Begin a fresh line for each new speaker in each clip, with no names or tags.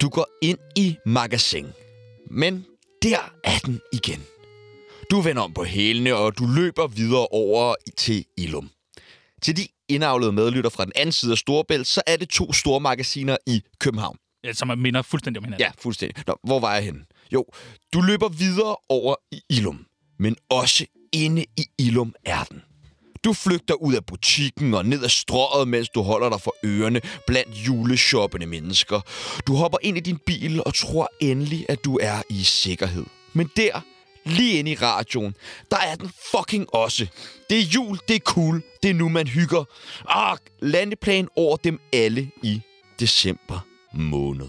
Du går ind i magasin. Men der er den igen. Du vender om på hælene, og du løber videre over til Ilum. Til de indavlede medlytter fra den anden side af Storebælt, så er det to store magasiner i København.
Ja, som er- minder fuldstændig om hinanden.
Ja, fuldstændig. Nå, hvor var jeg henne? Jo, du løber videre over i Ilum, men også inde i Ilum er den. Du flygter ud af butikken og ned ad strået, mens du holder dig for ørerne blandt juleshoppende mennesker. Du hopper ind i din bil og tror endelig, at du er i sikkerhed. Men der, lige inde i radioen, der er den fucking også. Det er jul, det er cool, det er nu, man hygger. Ark, landeplan over dem alle i december måned.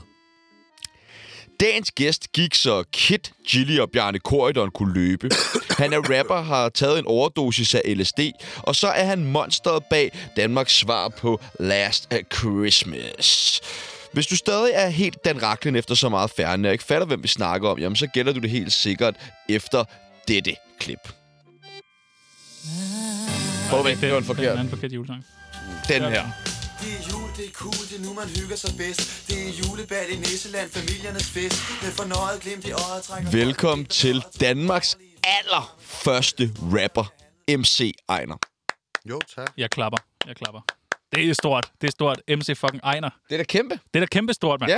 Dagens gæst gik så Kit, Gilly og Bjarne Korydon kunne løbe. Han er rapper, har taget en overdosis af LSD, og så er han monsteret bag Danmarks svar på Last Christmas. Hvis du stadig er helt Dan Raklen efter så meget færre, og ikke fatter, hvem vi snakker om, jamen så gætter du det helt sikkert efter dette klip. Forvent, det var en
Det er
forkert.
en anden forkert julesang.
Den her.
Det er jul, det er cool, det er nu man hygger sig bedst Det er julebal i Nisseland, familiernes fest Med fornøjet glimt i øjet trækker
Velkommen til Danmarks allerførste rapper, MC Ejner.
Jo, tak.
Jeg klapper. Jeg klapper. Det er stort. Det er stort. MC fucking Ejner.
Det er da kæmpe.
Det er da kæmpestort, mand.
Ja.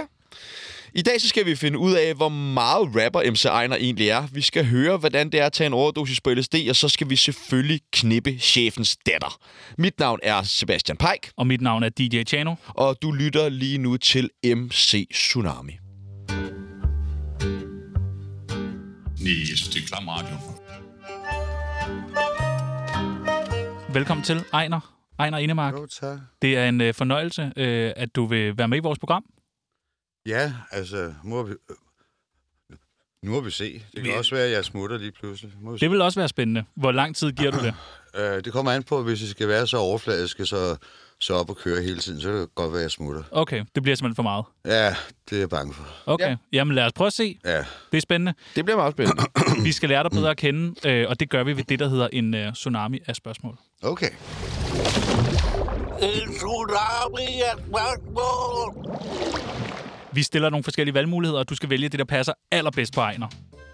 I dag så skal vi finde ud af, hvor meget rapper MC Ejner egentlig er. Vi skal høre, hvordan det er at tage en overdosis på LSD, og så skal vi selvfølgelig knippe chefens datter. Mit navn er Sebastian Peik,
Og mit navn er DJ Chano.
og du lytter lige nu til MC Tsunami.
Nej, jeg synes, det er klam radio.
Velkommen til Ejner. Ejner Enemark.
Jo, tak.
Det er en øh, fornøjelse, øh, at du vil være med i vores program.
Ja, altså, må vi... øh, Nu må vi se. Det kan også være, at jeg smutter lige pludselig. Må vi se.
Det vil også være spændende. Hvor lang tid giver du det?
Øh, det kommer an på, hvis I skal være så overfladiske, så, så op og køre hele tiden, så kan det godt være, at jeg smutter.
Okay, det bliver simpelthen for meget.
Ja, det er jeg bange for.
Okay, ja. jamen lad os prøve at se.
Ja,
Det er spændende.
Det bliver meget spændende.
Vi skal lære dig bedre at kende, øh, og det gør vi ved det, der hedder en øh, tsunami af spørgsmål.
okay.
Vi stiller nogle forskellige valgmuligheder, og du skal vælge det, der passer allerbedst på Ejner.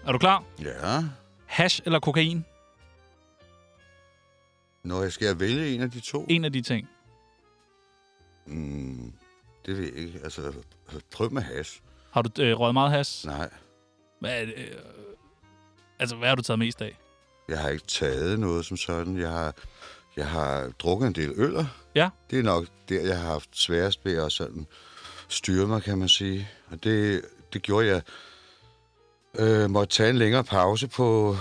Er du klar?
Ja.
Hash eller kokain?
Når jeg skal vælge en af de to,
En af de ting.
mm, det ved jeg ikke. Altså, prøv med hash.
Har du øh, røget meget hash?
Nej,
Hvad, er det, øh, altså, hvad har du taget mest af?
jeg har ikke taget noget som sådan. Jeg har, jeg har drukket en del øller.
Ja.
Det er nok der, jeg har haft sværest ved at sådan styre mig, kan man sige. Og det, det gjorde jeg. Øh, måtte tage en længere pause på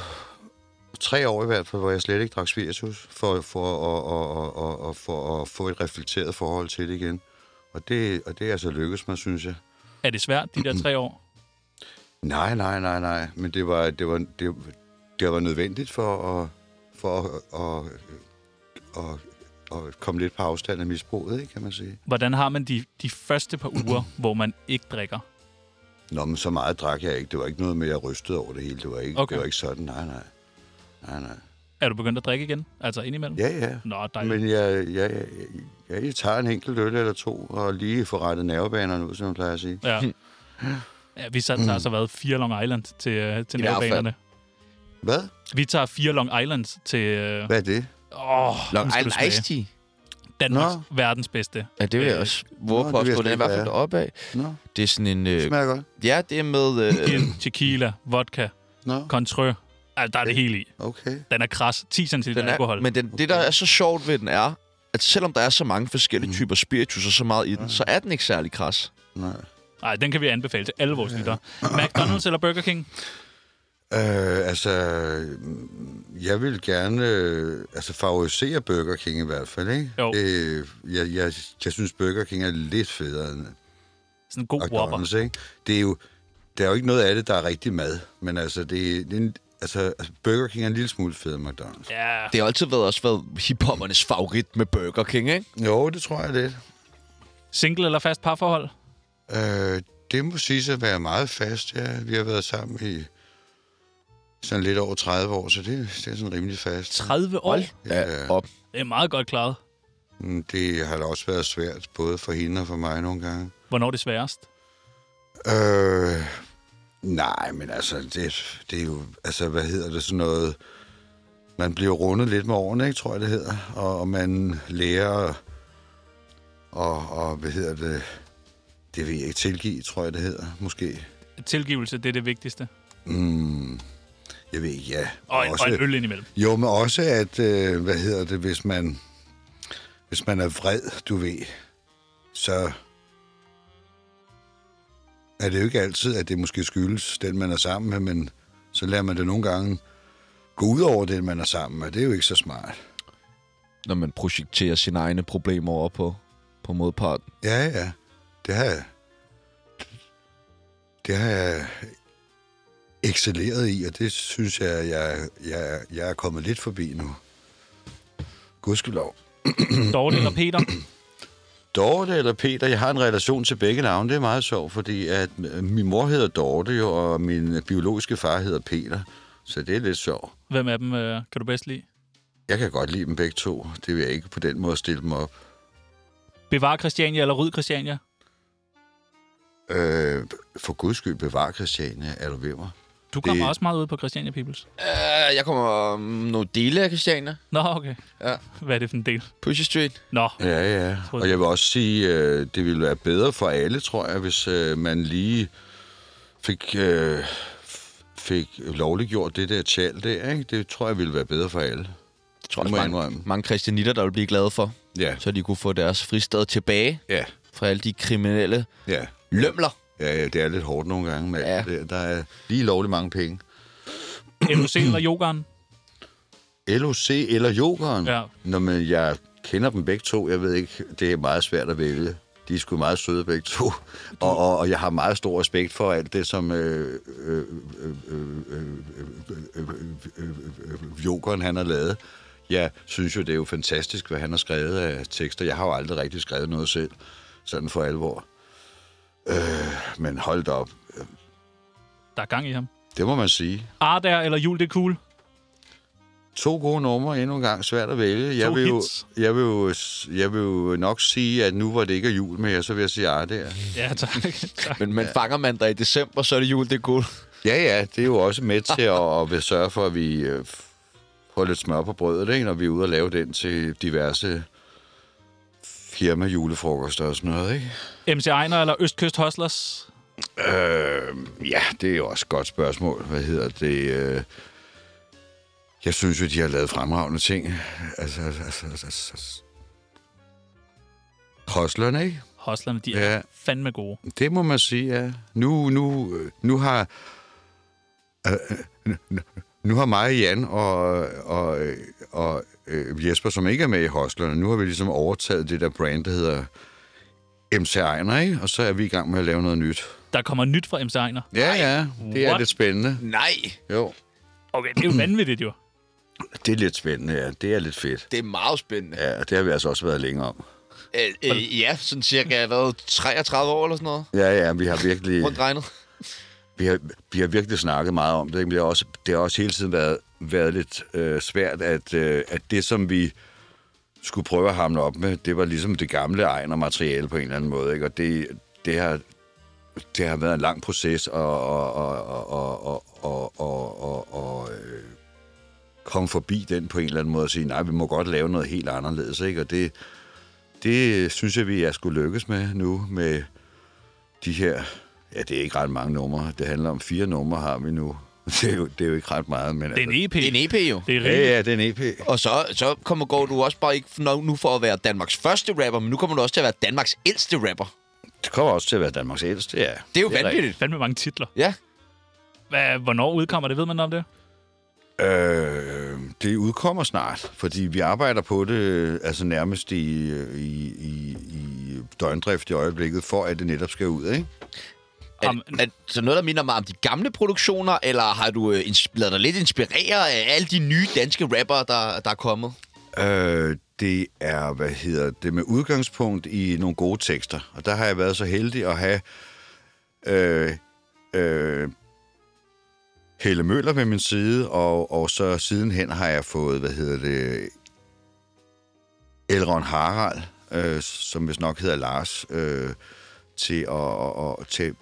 tre år i hvert fald, hvor jeg slet ikke drak spiritus, for, for, og, og, og, og, og, for at få et reflekteret forhold til det igen. Og det, og det er altså lykkedes mig, synes jeg.
Er det svært, de der tre år?
Nej, nej, nej, nej. Men det var, det var, det, det var nødvendigt for at, for at, at, at, at, at komme lidt på afstand af misbruget, ikke, kan man sige.
Hvordan har man de, de første par uger, hvor man ikke drikker?
Nå, men så meget drak jeg ikke. Det var ikke noget med, at jeg rystede over det hele. Det var ikke,
Okay.
okay. det var ikke sådan, nej, nej. Nej, nej.
Er du begyndt at drikke igen? Altså indimellem?
Ja, ja.
Nå, dejligt.
Men jeg, jeg, jeg, jeg, jeg tager en enkelt øl eller to, og lige får rettet nervebanerne ud, som man plejer at sige.
Ja. ja vi satte, har altså været fire Long Island til, øh,
Mm.
til
I hvert fald.
nervebanerne.
Hvad?
Vi tager fire Long Island til øh,
Hvad er det?
åh, nu skal du smage.
Tea.
Danmarks
Nå.
verdens bedste.
Ja, det vil jeg
Øh,
også
nå,
våge
det
på at
vil jeg
stå. Den
slet
er i hvert
ikke
fald
være.
deroppe af.
Nå,
Det er sådan en... Øh,
det smager godt.
ja, det er med... Øh,
Gin, tequila, vodka,
Nå,
contrø. Altså, der er det hele i.
okay.
Den er kras. 10 cm
den er,
alkohol.
men den, det, der er så sjovt ved den, er, at selvom der er så mange forskellige typer spiritus og så meget i den, så er den ikke særlig kras.
Nej.
Nej, den kan vi anbefale til alle vores lyttere. McDonald's eller Burger King?
Øh, altså, mm, jeg vil gerne øh, altså favorisere Burger King i hvert fald, ikke?
Jo.
Øh, jeg, jeg, jeg synes, Burger King er lidt federe end
Sådan en god Whopper.
McDonald's, ikke? Det er jo, der er jo ikke noget af det, der er rigtig mad, men altså, det, er- det er en, altså, altså, Burger King er en lille smule federe end McDonald's.
Ja,
Det har altid været, også været hiphoppernes favorit med Burger King, ikke?
Jo, det tror jeg lidt.
Single eller fast parforhold?
Øh, det må sige at være meget fast, ja. Vi har været sammen i sådan lidt over 30 år, så det, det er sådan rimelig fast.
30 år?
Ja, op.
Det er meget godt klaret.
Mm, Det har da også været svært, både for hende og for mig nogle gange.
Hvornår er det sværest?
Øh, nej, men altså, det, det er jo, altså, hvad hedder det, sådan noget, man bliver rundet lidt med årene, ikke, tror jeg, det hedder, og, og man lærer, og, og hvad hedder det, det vil jeg ikke tilgive, tror jeg, det hedder, måske.
Tilgivelse, det er det vigtigste.
Mm, jeg ved ikke, ja.
Og, en- og en øl indimellem.
Jo, men også at, øh, hvad hedder det, hvis man, hvis man er vred, du ved, så er det jo ikke altid, at det måske skyldes den, man er sammen med, men så lader man det nogle gange gå ud over den, man er sammen med. Det er jo ikke så smart.
når man projekterer sine egne problemer over på, på modparten.
Ja, ja. Det har jeg, det har jeg excelleret i, og det synes jeg, jeg, jeg, jeg er kommet lidt forbi nu. Gudskelov.
Dorte eller Peter?
Dorte eller Peter, jeg har en relation til begge navne. Det er meget sjovt, fordi at øh, min mor hedder Dorte, jo, og min biologiske far hedder Peter. Så det er lidt sjovt.
Hvem af dem øh, kan du bedst lide?
Jeg kan godt lide dem begge to. Det vil jeg ikke på den måde stille dem op.
Bevar Christiania eller Ryd Christiania?
Øh, for guds skyld, bevar Christiane. Er du ved mig?
Du kommer
Det-
også meget ud på Christiania Peoples.
Uh, jeg kommer um, nogle dele af Christiania.
Nå, okay.
Ja.
Hvad er det for en del?
Pushy Street.
Nå,
Ja, ja.
tror,
Og jeg vil også sige, øh, det ville være bedre for alle, tror jeg, hvis øh, man lige fik, øh, f- fik lovliggjort det der tjal der. Ikke? Det tror jeg ville være bedre for alle.
Det tror
Det
jeg,
må jeg
mange,
indrømme.
mange christianitter, der vil blive glade for.
Ja,
Så de kunne få deres fristad tilbage
ja,
fra alle de kriminelle
ja.
lømler.
Ja, ja, det er lidt hårdt nogle gange, men
Ja.
ja. der, der er lige lovlig mange penge.
MUC eller Yogan?
LOC eller Jokeren?
Ja.
Nå, men jeg kender dem begge to. Jeg ved ikke, det er meget svært at vælge. De er sgu meget søde begge to. Og, og, og jeg har meget stor respekt for alt det, som øh, øh, øh, øh, øh, øh, øh, øh, Jokeren han har lavet. Jeg synes jo, det er jo fantastisk, hvad han har skrevet af tekster. Jeg har jo aldrig rigtig skrevet noget selv, sådan for alvor. Øh, men hold da op.
Der er gang i ham.
Det må man sige.
Arder eller Jul, det er cool.
To gode numre endnu en gang, svært at vælge. Jeg
To
vil, jo,
hits.
jeg, vil jo, s- jeg vil jo nok sige, at nu hvor det ikke er jul mere, så vil jeg sige, ah, det er.
Ja, tak. tak.
Men, men fanger man dig i december, så er det jul, det er guld.
Ja, ja, det er jo også med til at, at vil sørge for, at vi øh, f- får lidt smør på brødet, ikke, når vi er ude og lave den til diverse firma-julefrokoster og sådan noget, ikke?
MC Ejner eller Østkyst Hustlers?
Øh, ja, det er jo også et godt spørgsmål. Hvad hedder det? Øh, jeg synes jo, de har lavet fremragende ting. Altså, altså, altså, altså, altså. Hustlerne, ikke?
Hustlerne, de er
Ja.
fandme gode.
Det må man sige, ja. Nu, nu, øh, nu har... øh, øh, nu- Nu har mig, Jan og, og, øh, og øh, Jesper, som ikke er med i Hostlerne, nu har vi ligesom overtaget det der brand, der hedder MC Ejner, ikke? Og så er vi i gang med at lave noget nyt.
Der kommer nyt fra MC Ejner.
Ja, ja. Det er
what?
lidt spændende.
Nej,
Jo.
Okay, det er jo vanvittigt jo.
Det er lidt spændende, ja. Det er lidt fedt.
det er meget spændende.
Ja, det har vi altså også været længe om.
Øh, øh, ja, sådan cirka, hvad, 33 år eller sådan noget?
Ja, ja, vi har virkelig...
Rundt regnet.
vi har, vi har virkelig snakket meget om det. Ikke? Men det har også, det har også hele tiden været, været lidt øh, svært, at, øh, at det, som vi skulle prøve at hamle op med, det var ligesom det gamle egen og materiale på en eller anden måde. Ikke? Og det, det, har, det har været en lang proces at, at, at, at, at, at, at, at øh, komme forbi den på en eller anden måde og sige, nej, vi må godt lave noget helt anderledes. Ikke? Og det, det synes jeg, vi er skulle lykkes med nu med de her, ja, det er ikke ret mange numre. Det handler om fire numre, har vi nu. Det er jo, det er jo ikke ret meget, men... altså-
Det er en E EP.
Det er en E EP jo.
Det er
Ja,
rigtigt.
ja, det er en E EP.
Og så, så kommer, går du også bare ikke nok nu for at være Danmarks første rapper, men nu kommer du også til at være Danmarks ældste rapper.
Det kommer også til at være Danmarks ældste, ja.
Det er jo
Det er
vanvittigt.
Fandme mange titler.
Ja.
Hvad, hvornår udkommer det? Ved man noget om det?
Øh, det udkommer snart, fordi vi arbejder på det øh, altså nærmest i, øh, i, i, i døgndrift i øjeblikket, for at det netop skal ud, ikke?
Er,
Jamen-
er, så noget, der minder meget om de gamle produktioner, eller har du øh, ins- ladet dig lidt inspirere af alle de nye danske rappere, der, der er kommet?
Øh, det er, hvad hedder det, med udgangspunkt i nogle gode tekster. Og der har jeg været så heldig at have øh, øh, Helle Møller ved min side, og, og så sidenhen har jeg fået, hvad hedder det, Elron Harald, øh, som vist nok hedder Lars, øh, til, at, og, og, til,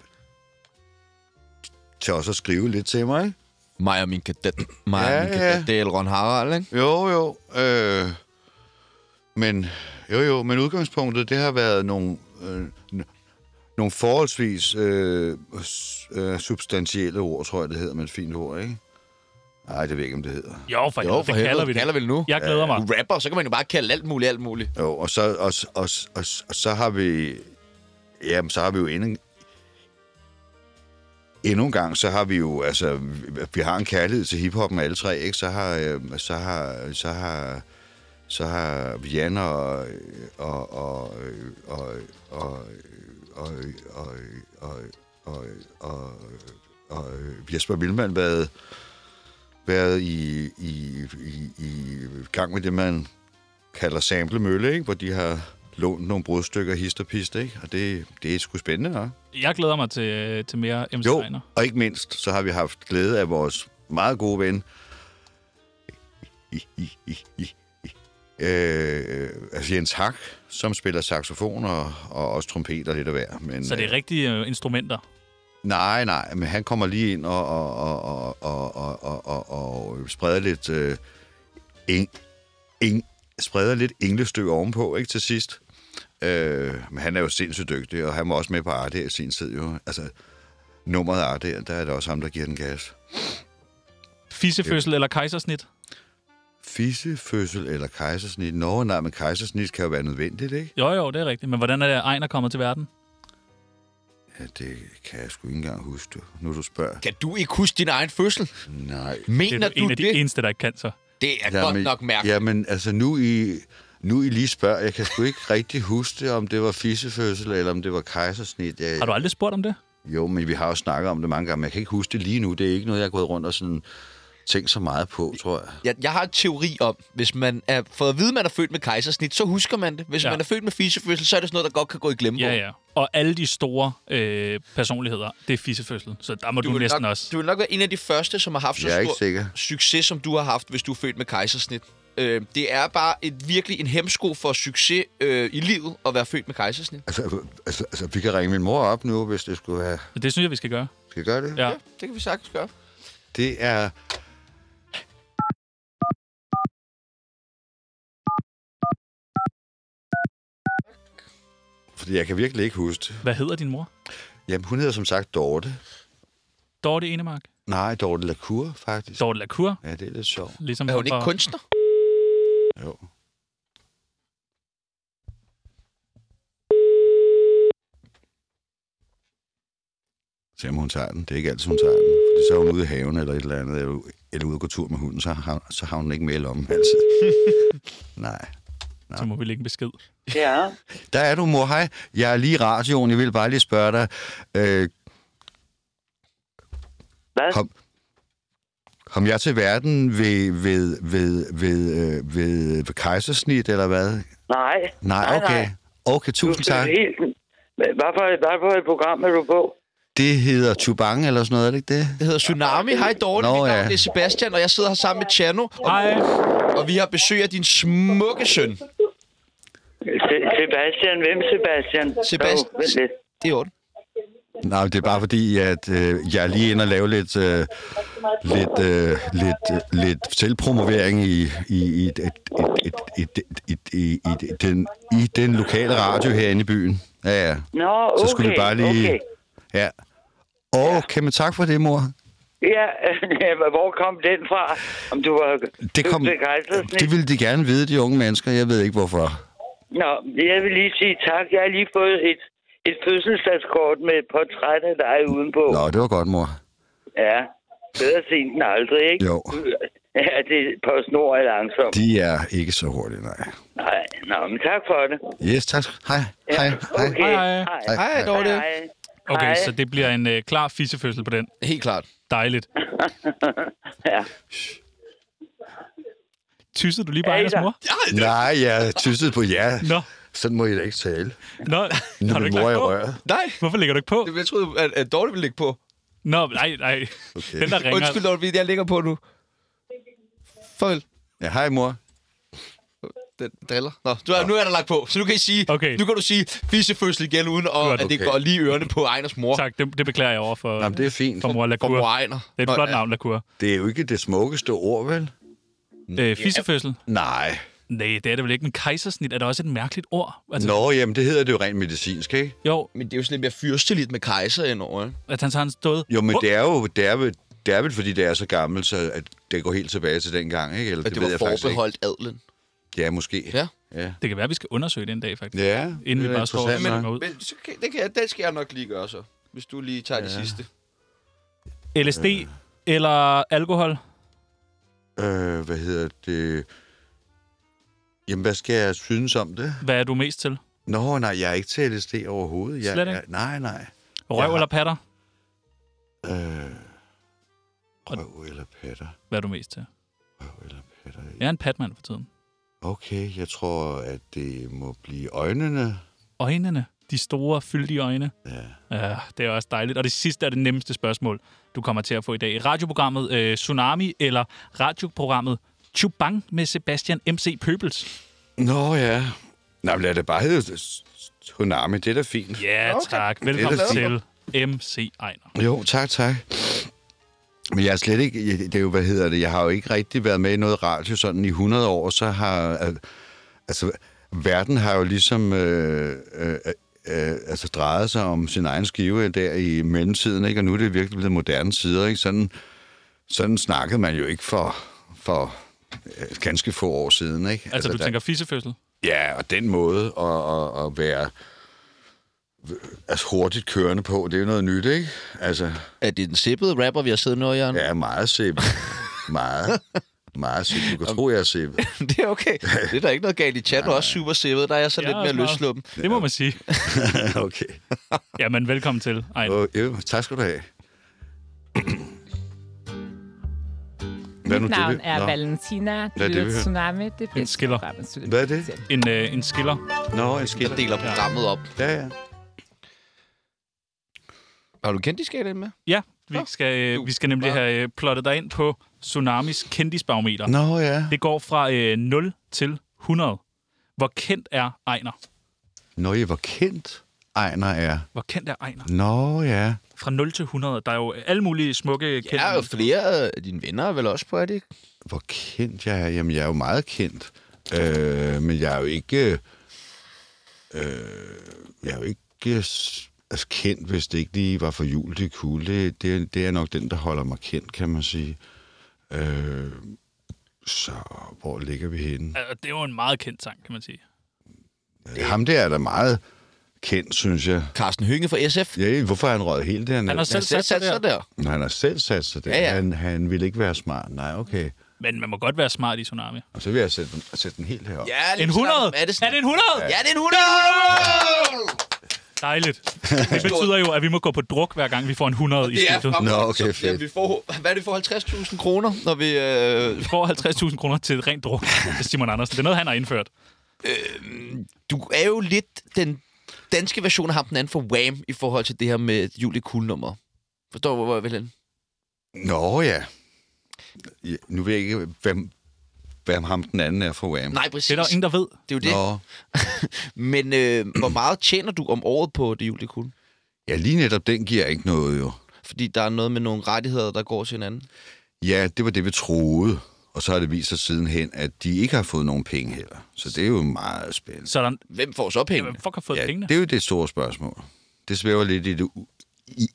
til også at skrive lidt til mig, ikke?
Mig og min kadet. Mig ja,
Ja,
og min
ja.
kadet. Det er Elron Harald, ikke?
Jo, jo. Øh, men, jo, jo, men udgangspunktet, det har været nogle, øh, n- nogle forholdsvis øh, s- øh, substantielle ord, tror jeg, det hedder med et fint ord, ikke? Nej, det ved jeg ikke, om det hedder.
Jo, for, jo, for det kalder vi det.
kalder vi det nu.
Jeg glæder mig.
Du rapper, så kan man jo bare kalde alt muligt, alt muligt.
Jo, og så, og, og, og, og så har vi... Jamen, så har vi jo endnu... Endnu en gang, så har vi jo, altså, vi- vi har en kærlighed til hiphoppen alle tre, ikke? Så har, øh, så har, så har, så har Jan og, og, og, og, og, og, og, og, og, og, og Jesper Vildmann været, været i, i, i, i gang med det, man kalder Sample Mølle, ikke? hvor de har lånt nogle brudstykker hist og pist, ikke? og det, det er sgu spændende, nok.
Jeg glæder mig til, øh, til mere MC
Jo,
Ejner.
og ikke mindst, så har vi haft glæde af vores meget gode ven, øh, altså Jens Hak, som spiller saxofon og, og også trompeter lidt af hver. Men,
Så det er rigtige øh, instrumenter.
Nej, nej, men han kommer lige ind og, og, og, og, og, og, og, og, og spreder lidt øh, eng, eng, spreder lidt englestøv ovenpå, ikke til sidst. Øh, men han er jo sindssygt dygtig, og han var også med på Ardea i sin tid jo. Altså, nummeret Ardea, der er det også ham, der giver den gas.
Fisefødsel eller kejsersnit?
Fissefødsel eller kejsersnit? Nå, nej, men kejsersnit kan jo være nødvendigt, ikke?
Jo, jo, det er rigtigt. Men hvordan er det, at Ejner kommer til verden?
Ja, det kan jeg sgu ikke engang huske, du. nu du spørger.
Kan du ikke huske din egen fødsel?
Nej.
Det
Mener
er du en
du
af de
det?
eneste, der ikke kan så.
Det er godt nok mærkeligt.
Jamen, altså nu I, nu I lige spørger, jeg kan sgu ikke rigtig huske det, om det var fissefødsel, eller om det var kejsersnit. Jeg,
Har du aldrig spurgt om det?
Jo, men vi har jo snakket om det mange gange, men jeg kan ikke huske det lige nu. Det er ikke noget, jeg har gået rundt og sådan tænkt så meget på, tror jeg.
Jeg, jeg har en teori om, hvis man er for at vide, at man er født med kejsersnit, så husker man det. Hvis
Ja.
ja. man er født med fisefødsel, så er det sådan noget, der godt kan gå i glemmebogen.
Ja, ja. Og alle de store øh, personligheder, det er fissefødsel. Så der må du, du
vil
næsten
nok,
også.
Du vil nok være en af de første, som har haft så
Jeg er ikke
stor
sikker.
succes, som du har haft, hvis du er født med kejsersnit. Øh, det er bare et, virkelig en hemsko for succes øh, i livet at være født med kejsersnit.
Altså, altså, altså, vi kan ringe min mor op nu, hvis det skulle være...
Det synes jeg, vi skal gøre.
Skal jeg gøre det?
Ja.
Ja, det kan vi sagtens gøre.
Det er... Fordi jeg kan virkelig ikke huske det.
Hvad hedder din mor?
Jamen, hun hedder som sagt Dorte.
Dorte Enemark.
Nej, Dorte Lacour, faktisk.
Dorte Lacour.
Ja, det er lidt sjovt.
Ligesom
Er hun ikke
fra-
kunstner?
Jo. Se om hun tager den. Det er ikke altid, hun tager den. Fordi så er hun ude i haven eller et eller andet, eller, eller ude at gå tur med hunden, så har, så har hun den ikke med i lommen altid. Nej.
Så må vi lægge en besked.
Ja,
Der er du, mor. Hej. Jeg er lige i radioen. Jeg vil bare lige spørge dig. Øh,
hvad?
Kom. kom jeg til verden ved, ved, ved, ved, øh, ved, ved kejsersnit, eller hvad?
Nej.
Nej, okay. Okay, tusind
Du er
tak.
Helt... Hvad for, hvad for et program er du på?
Det hedder Tubang eller sådan noget, er det ikke det?
Det hedder Tsunami. Hej Dorte,
Nå,
mit
ja.
navn det er Sebastian, og jeg sidder her sammen med Chano, og,
Hej.
og vi har besøg af din smukke søn.
Se- Sebastian, hvem Sebastian?
Sebastian.
Jo, vent lidt.
Det er orden.
Nej, men det er bare fordi, at øh, jeg er lige inde og lave lidt, øh, lidt, øh, lidt, øh, lidt selvpromovering i, i, i, et, et, et, et, et, i, i, den, i den lokale radio herinde i byen. Ja, ja.
Nå, okay,
Så skulle vi bare lige...
okay.
Ja. Og okay, men tak for det, mor.
Ja, hvor kom den fra? Om du var
Det, kom,
du fik kejsersnit?
det ville de gerne vide, de unge mennesker. Jeg ved ikke, hvorfor.
Nå, jeg vil lige sige tak. Jeg har lige fået et, et fødselsdagskort med et portræt af dig udenpå.
Nå, det var godt, mor.
Ja, bedre sent end aldrig, ikke?
Jo.
Ja, det på snor er langsomt.
De er ikke så hurtige, nej.
Nej, nå, men tak for det.
Yes, tak. Hej.
Ja,
Hej. Hej.
Okay,
Hej, hej.
hej.
Hej Dorte.
Hej.
Okay,
Hej.
så det bliver en øh, klar fissefødsel på den.
Helt klart.
Dejligt.
Ja.
Tyssede du lige på
Ja,
Ejners
ja.
mor?
Nej, jeg tyssede på jer.
Nå,
Sådan må I da ikke tale.
nå.
Nu
har du
er min
ikke
mor i
lagt på?
røret.
Nej,
Hvorfor ligger du ikke på?
det- jeg troede, at, at Dorte ville ligge på.
Nå, nej, nej. Okay. Den, der ringer.
Undskyld Dorte, jeg ligger på nu. Farvel.
Ja, hej mor.
den driller. Nå, du, er, nu er der lagt på, så nu kan, I sige,
Okay.
nu kan du sige fissefødsel igen, uden at,
Godt.
at det
Okay.
går lige i ørerne på Ejners mor.
Tak, det, det beklager jeg over for,
Jamen, det er fint.
for mor
For mor
Lacour.
Ejner.
Det er
Nå,
et flot
ja.
navn, Lacour.
Det er jo ikke det smukkeste ord, vel? Mm.
Øh, fissefødsel?
Nej.
Nej, det er det vel ikke. Men kejsersnit er da også et mærkeligt ord. Altså,
Nå, jamen, det hedder det jo rent medicinsk, ikke?
Jo,
Men det er jo sådan lidt mere fyrsteligt med kejser indover, ikke?
at han så har han stået...
Jo, men
Hop,
det er jo, det er, vel- det er vel, fordi det er så gammelt, så at det går helt tilbage til dengang, ikke?
At
Eller,
det, det
jeg
var
faktisk ikke.
forbeholdt adlen.
Ja, måske.
Ja.
Ja.
det kan være, at vi skal undersøge det en dag, faktisk.
ja
Inden vi
det er
bare står og
interessant
sender
nok.
ud.
Men så kan, det, kan jeg, det skal jeg nok lige gøre så, hvis du lige tager ja. det sidste.
LSD eller alkohol?
Øh, hvad hedder det? Jamen, hvad skal jeg synes om det?
Hvad er du mest til?
Nå, nej, jeg er ikke til LSD overhovedet. Jeg,
Slet ikke?
Jeg, nej, nej.
Røv
Ja.
eller patter?
Øh,
Og-
røv eller patter?
Hvad er du mest til?
Røv eller patter?
Jeg er en patmand for tiden.
Okay, jeg tror, at det må blive øjnene.
Øjnene. De store, fyldige øjne.
Ja.
Ja, det er også dejligt. Og det sidste er det nemmeste spørgsmål, du kommer til at få i dag. I radioprogrammet øh, Tsunami eller radioprogrammet Chubang med Sebastian MC Pøbels.
Nå, ja. Nej, men lad det bare hedde Tsunami. Det er da fint.
Ja, okay. tak. Velkommen
Det er
til MC Ejner.
Jo, tak, tak. Men jeg er slet ikke, jeg- det er jo, hvad hedder det, jeg har jo ikke rigtig været med i noget radio sådan i 100 år, så har, al- altså, verden har jo ligesom, øh, øh, øh, altså, drejet sig om sin egen skive der i mellemtiden, ikke? Og nu er det virkelig blevet moderne tider, ikke? Sådan, sådan snakkede man jo ikke for, for øh, ganske få år siden, ikke?
Altså, du
der-
tænker fissefødsel?
Ja, og den måde at, at, at være altså hurtigt kørende på, det er jo noget nyt, ikke? Altså,
Er det den sippede rapper, vi har siddet nu, Jørgen?
ja, meget sippet. meget. Meget sippet. Du kan tro, jeg er sippet.
det er okay. Det er der ikke noget galt i chat. Du er også super sippet. Der er jeg så
Jeg er
lidt
også
mere
meget-
løsluppen.
Det må man sige.
okay.
Jamen, velkommen til, Ejner.
Og, jo, tak skal du have. Hvad
Mit navn
vi-
er
Nå.
Valentina.
Hvad er
Det
det, vi
lyder
hører?
Tsunami. Det er
skiller.
Hvad er det?
En, øh, en skiller.
Nå, en
Jeg
skiller.
deler programmet op.
Ja, ja.
Har du kendt de skala med?
Ja, vi skal,
du-
øh, vi skal nemlig
ja.
have øh, plottet dig ind på Tsunamis kendisbarometer.
Nå, ja.
Det går fra øh, 0 til 100. Hvor kendt er Ejner?
Nå, jeg var kendt. Ejner er.
Hvor kendt er Ejner?
Nå, ja.
Fra 0 til 100. Der er jo alle mulige smukke kendte.
Ja, og flere af dine venner er vel også på, er det ikke?
Hvor kendt jeg er? Jamen, jeg er jo meget kendt. Øh, men jeg er jo ikke... Øh, jeg er jo ikke s- altså kendt, hvis det ikke lige var for jul, det er cool. Det, det, er- det er nok den, der holder mig kendt, kan man sige. Øh, så hvor ligger vi henne?
Altså, det er jo en meget kendt sang, kan man sige.
Ham der er da meget kendt, synes jeg.
Carsten Hynge fra SF.
Ja, hvorfor er han røget helt derned?
Han har selv
Han
sat sig der.
der.
Nå, han har selv sat sig der.
Ja, ja.
Han, han ville ikke være smart. Nej, okay.
Men man må godt være smart i Tsunami.
Og så vil jeg sætte den, sætte den helt herop.
Ja, lige
En 100?
snart. Er det,
Er det en 100? Ja.
Ja, det er en 100!
Dejligt. Det betyder jo, at vi må gå på druk, hver gang vi får en 100 i
Det er
studiet.
fremragende.
Nå, okay,
Så, jamen,
fedt.
vi får, hvad er det for 50.000 kroner, når vi... Øh,
Vi får 50.000 kroner til et rent druk, Simon Andersen. Det er noget, han har indført.
øh, du er jo lidt den danske version af ham, den anden for Wham, i forhold til det her med Julie Kuhl-nummer. Forstår du, hvor jeg vil hen?
Nå ja. ja. Nu ved jeg ikke, hvem, hvem ham den anden er for Wham.
Nej, præcis.
Det er der ingen, der ved.
det er jo det.
Nå.
Men øh, hvor meget tjener du om året på det Julie Kuhl?
Ja, lige netop den giver ikke noget jo.
Fordi der er noget med nogle rettigheder, der går til hinanden.
Ja, det var det, vi troede. Og så har det vist sig sidenhen, at de ikke har fået nogen penge heller. Så det er jo meget spændende.
Så er der en...
Hvem får så penge?
Hvem fuck har fået
Ja,
ja, pengene?
det er jo det store spørgsmål. Det svæver lidt i det... u- I,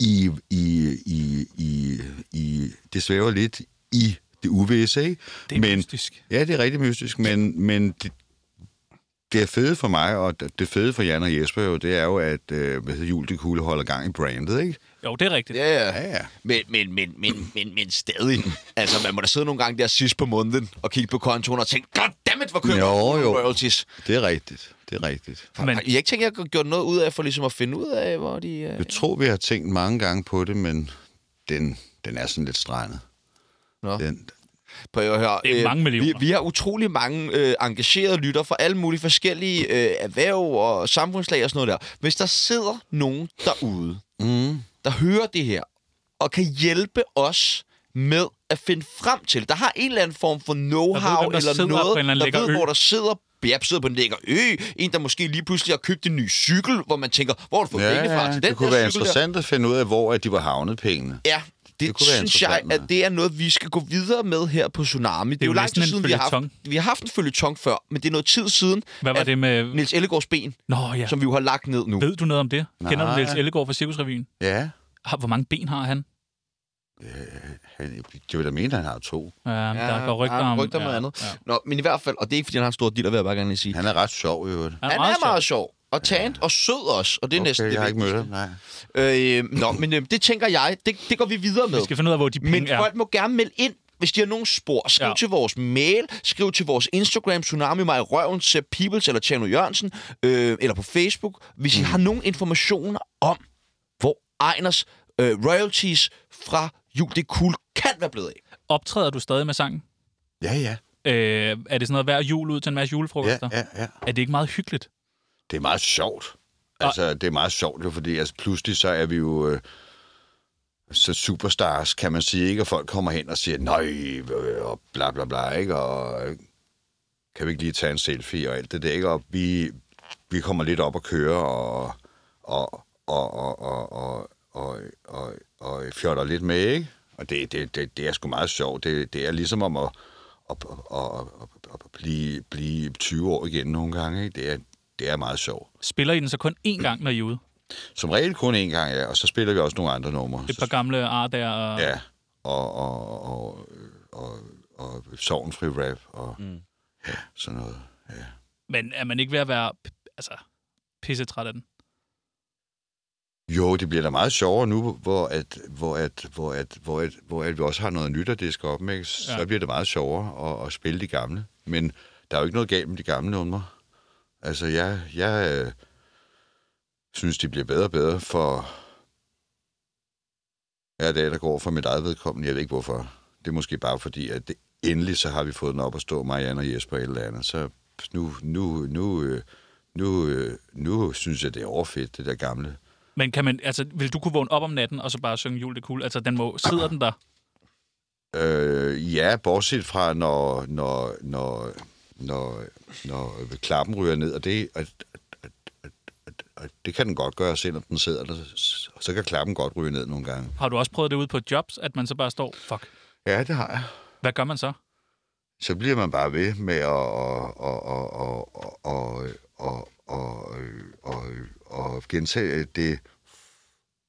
i, i, i, i, i, det svæver lidt i det uvisse, ikke?
Det er
men,
mystisk.
Ja, det er rigtig mystisk, men, men det, det er fede for mig, og det fede for Jan og Jesper jo, det er jo, at øh, hvad hedder Jul, det kugle holder gang i brandet, ikke?
Jo, det er rigtigt.
Ja, ja.
Ja, ja.
Men, men, men, men, men, men stadig. Altså, man må da sidde nogle gange der sidst på måneden og kigge på kontoen og tænke, goddammit, hvor køber
Jo,
jeg
jo.
royalties.
Det er rigtigt. Det er rigtigt.
Men...
Men-
Har I ikke tænkt jer at gjort noget ud af, for ligesom at finde ud af, hvor de... Øh...
Jeg tror, vi har tænkt mange gange på det, men den, den er sådan lidt strandet.
Nå.
Den,
Prøv at høre. Øh,
Det er mange millioner.
Vi, vi har utrolig mange øh, engagerede lytter fra alle mulige forskellige øh, erhverv og samfundslag og sådan noget der. Hvis der sidder nogen derude, mm. der hører det her, og kan hjælpe os med at finde frem til. Der har en eller anden form for know-how
hvem der
eller
sidder på
noget,
en eller anden
der
lækker
ved,
ø.
hvor der sidder ja, sidder på en lækker ø, en, der måske lige pludselig har købt en ny cykel, hvor man tænker, hvor har du fået ja, penge fra til den
det kunne
her
være
cykel der?
interessant at finde ud af, hvor at de var havnet pengene.
Ja, det, det
kunne være
synes jeg,
interessant,
at
ja.
det er noget, vi skal gå videre med her på Tsunami. Det, det er jo
jo
lang
næsten
tid
en
siden, vi har, haft,
føljeton.
vi har haft en følgetong før, men det er noget tid siden,
Hvad var det med...
Niels Ellegaards ben,
Nå ja,
ja. som vi jo har lagt ned nu.
ved du noget om det? Kender du
Nej.
Niels Ellegaard fra Cirkusrevyen?
Ja,
Har- Hvor mange ben har han?
han, jeg vil da mene, at han har to.
Ja, der går rygter
ja,
om...
Rygter om noget andet. Nå, men i hvert fald, og det er ikke, fordi han har en stor deal, vil jeg bare gerne lige sige.
Han er ret sjov i øvrigt.
Han
Han er meget sjov, og tant og sød også, og det er
Okay,
næsten det
jeg har ikke mødt ham,
vigtigste.
nej.
øh, Nå, men øh, det tænker jeg, det, det går vi videre med.
Vi skal finde ud af, hvor de
Men
penge er.
folk må gerne melde ind, hvis de har nogle spor. Skriv ja.
Ja.
til vores mail, skriv til vores Instagram, Tsunami mig i røven, Sepp Peoples eller Tjerno Jørgensen, øh, eller på Facebook, hvis mm. I har nogle informationer om, hvor Ejners øh, royalties fra Jul det er cool kan være blevet af.
Optræder du stadig med sangen?
Ja, ja.
Øh, er det sådan noget hver jul ud til en masse
ja,
julefrokoster?
ja, ja.
Er det ikke meget hyggeligt?
Det er meget sjovt. Altså, det er meget sjovt jo, fordi altså, pludselig så er vi jo... Øh, så superstars, kan man sige, ikke? Og folk kommer hen og siger, nej, øh, og bla bla bla, ikke? Og øh, kan vi ikke lige tage en selfie og alt det der, ikke? Og vi, vi kommer lidt op og køre og, og, og, og, og, og, og, og, og fjotter lidt med, ikke? Og det, det, det, det er sgu meget sjovt. Det, det er ligesom om at, at, at, at, at, at blive, blive 20 år igen nogle gange, ikke? Det er, det er meget sjovt.
Spiller I den så kun én gang, når I er ude?
Som regel kun én gang, ja. Og så spiller vi også nogle andre numre.
Et par gamle ar der og...
Ja, og, og, og, og, og, og sovenfri rap og mm. ja, sådan noget. Ja.
Men er man ikke ved at være p- altså, pissetræt af den?
Jo, det bliver da meget sjovere nu, hvor, at, hvor, at, hvor, at, hvor, at, hvor at vi også har noget nyt at diske op med. ikke? Så
Ja.
ja. bliver det meget sjovere at, at spille de gamle. Men der er jo ikke noget galt med de gamle numre. Altså, jeg, jeg øh, synes, de bliver bedre og bedre for hver dag, der går for mit eget vedkommende. Jeg ved ikke, hvorfor. Det er måske bare fordi, at det, endelig så har vi fået den op at stå, Marianne og Jesper og et eller andet. Så nu, nu, nu, øh, nu, øh, nu synes jeg, det er overfedt, det der gamle.
Men kan man, altså, vil du kunne vågne op om natten og så bare synge jul, det er cool? Altså, den må, sidder den der?
Øh, ja, bortset fra, når, når, når, når, når klappen ryger ned, og det, og, og, og, og, og det kan den godt gøre, selvom den sidder der, så- så kan klappen godt ryge ned nogle gange.
Har du også prøvet det ude på jobs, at man så bare står, fuck,
Ja, det har jeg.
hvad gør man så?
Så bliver man bare ved med at... Og, og, og, og, og, og, og, og, og, og gentage det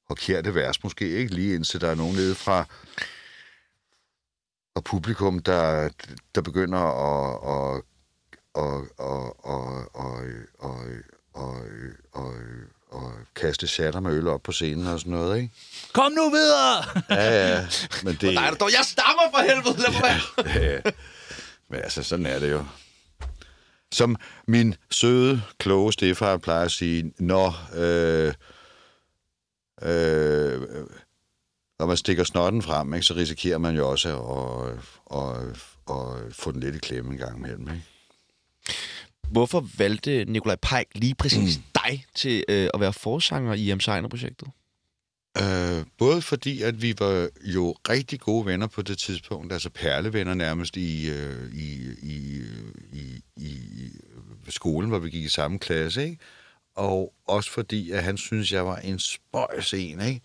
forkerte vers, måske ikke lige indtil der er nogen nede fra, og publikum, der, der begynder at, at, at, at, at, at, at, at, at, at, at kaste chatter med øl op på scenen og sådan noget, ikke?
Kom nu videre!
Ja, ja. Men det,
Nej, der dog, jeg stammer for helvede! Lad mig være.
Ja. Men altså, sådan er det jo. Som min søde, kloge stefar plejer at sige, når, øh, øh, når man stikker snotten frem, ikke, så risikerer man jo også at, at, at, at få den lidt i klemme en gang imellem. Ikke?
Hvorfor valgte Nikolaj Peik lige præcis mm. dig til øh, at være forsanger i M. Sejner-projektet?
Øh, både fordi, at vi var jo rigtig gode venner på det tidspunkt, altså perlevenner nærmest i, øh, i, i, i, i skolen, hvor vi gik i samme klasse, ikke? Og også fordi, at han synes jeg var en spøjs en, ikke?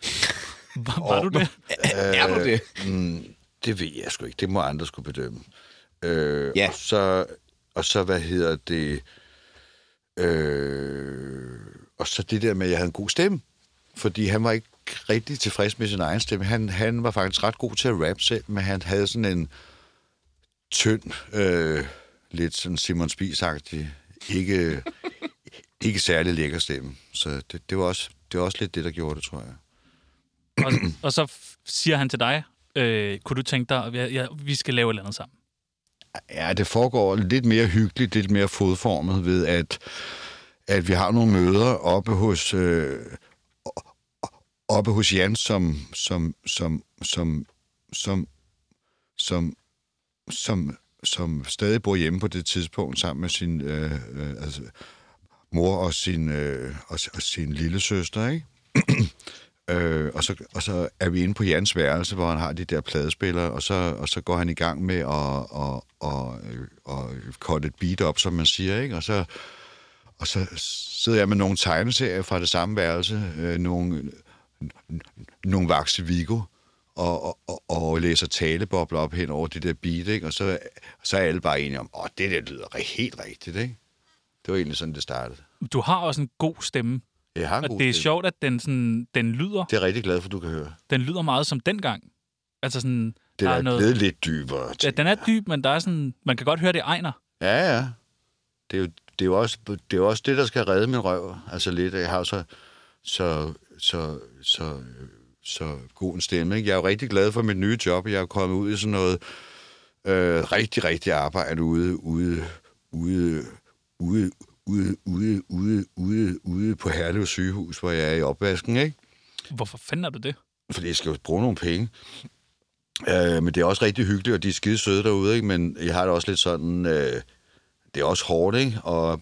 Var, var du det?
er du det?
Øh, Mm, det ved jeg sgu ikke. Det må andre skulle bedømme. Øh,
Ja.
og, så, og så, hvad hedder det... Øh, og så det der med, at jeg havde en god stemme. Fordi han var ikke rigtig tilfreds med sin egen stemme. Han, han var faktisk ret god til at rappe selv, men han havde sådan en tynd, øh, lidt sådan Simon spies ikke, ikke særlig lækker stemme. Så det, det, var også, det var også lidt det, der gjorde det, tror jeg.
Og, og så f- siger han til dig, øh, kunne du tænke dig, ja, ja, vi skal lave et eller andet sammen?
Ja, det foregår lidt mere hyggeligt, lidt mere fodformet ved, at, at vi har nogle møder oppe hos, øh, oppe hos Jan, som, som, som, som, som, som, som, som stadig bor hjemme på det tidspunkt sammen med sin øh, øh, altså, mor og sin, øh, og, og sin lille søster, ikke? Øh, og, så, og så er vi inde på Jans værelse, hvor han har de der pladespillere, og så, og så går han i gang med at og, og, øh, og cut et beat op, som man siger, ikke? Og så, og så sidder jeg med nogle tegneserier fra det samme værelse, øh, nogle, nogle Vaxe Vigo, og, og, og, og læser talebobler op hen over det der beat, ikke? Og så, så er alle bare enige om, åh, det der lyder ri- helt rigtigt, ikke? Det var egentlig sådan, det startede.
Du har også en god stemme.
Jeg har en
Og
god
det er
stemme.
sjovt, at den, sådan, den, lyder,
Det er jeg rigtig glad for, du kan høre.
den lyder meget som dengang. Altså sådan,
Det
der
er,
er
er
noget...
blevet lidt dybere.
Ja,
ting.
den er dyb, men der er sådan, man kan godt høre, det er Ejner.
Ja, ja. Det er jo, det er jo også, det er jo også det, der skal redde min røv. Altså lidt, jeg har jo så, så, så, så, så god en stemme. Ikke? Jeg er jo rigtig glad for mit nye job. Jeg er jo kommet ud i sådan noget øh, rigtig, rigtig arbejde ude, ude, ude, ude, ude, ude, ude, ude, ude på Herlev sygehus, hvor jeg er i opvasken, ikke?
Hvorfor fanden er du det?
fordi jeg skal jo bruge nogle penge. Øh, men det er også rigtig hyggeligt, og de er skide søde derude, ikke? men jeg har det også lidt sådan, øh, det er også hårdt, ikke? og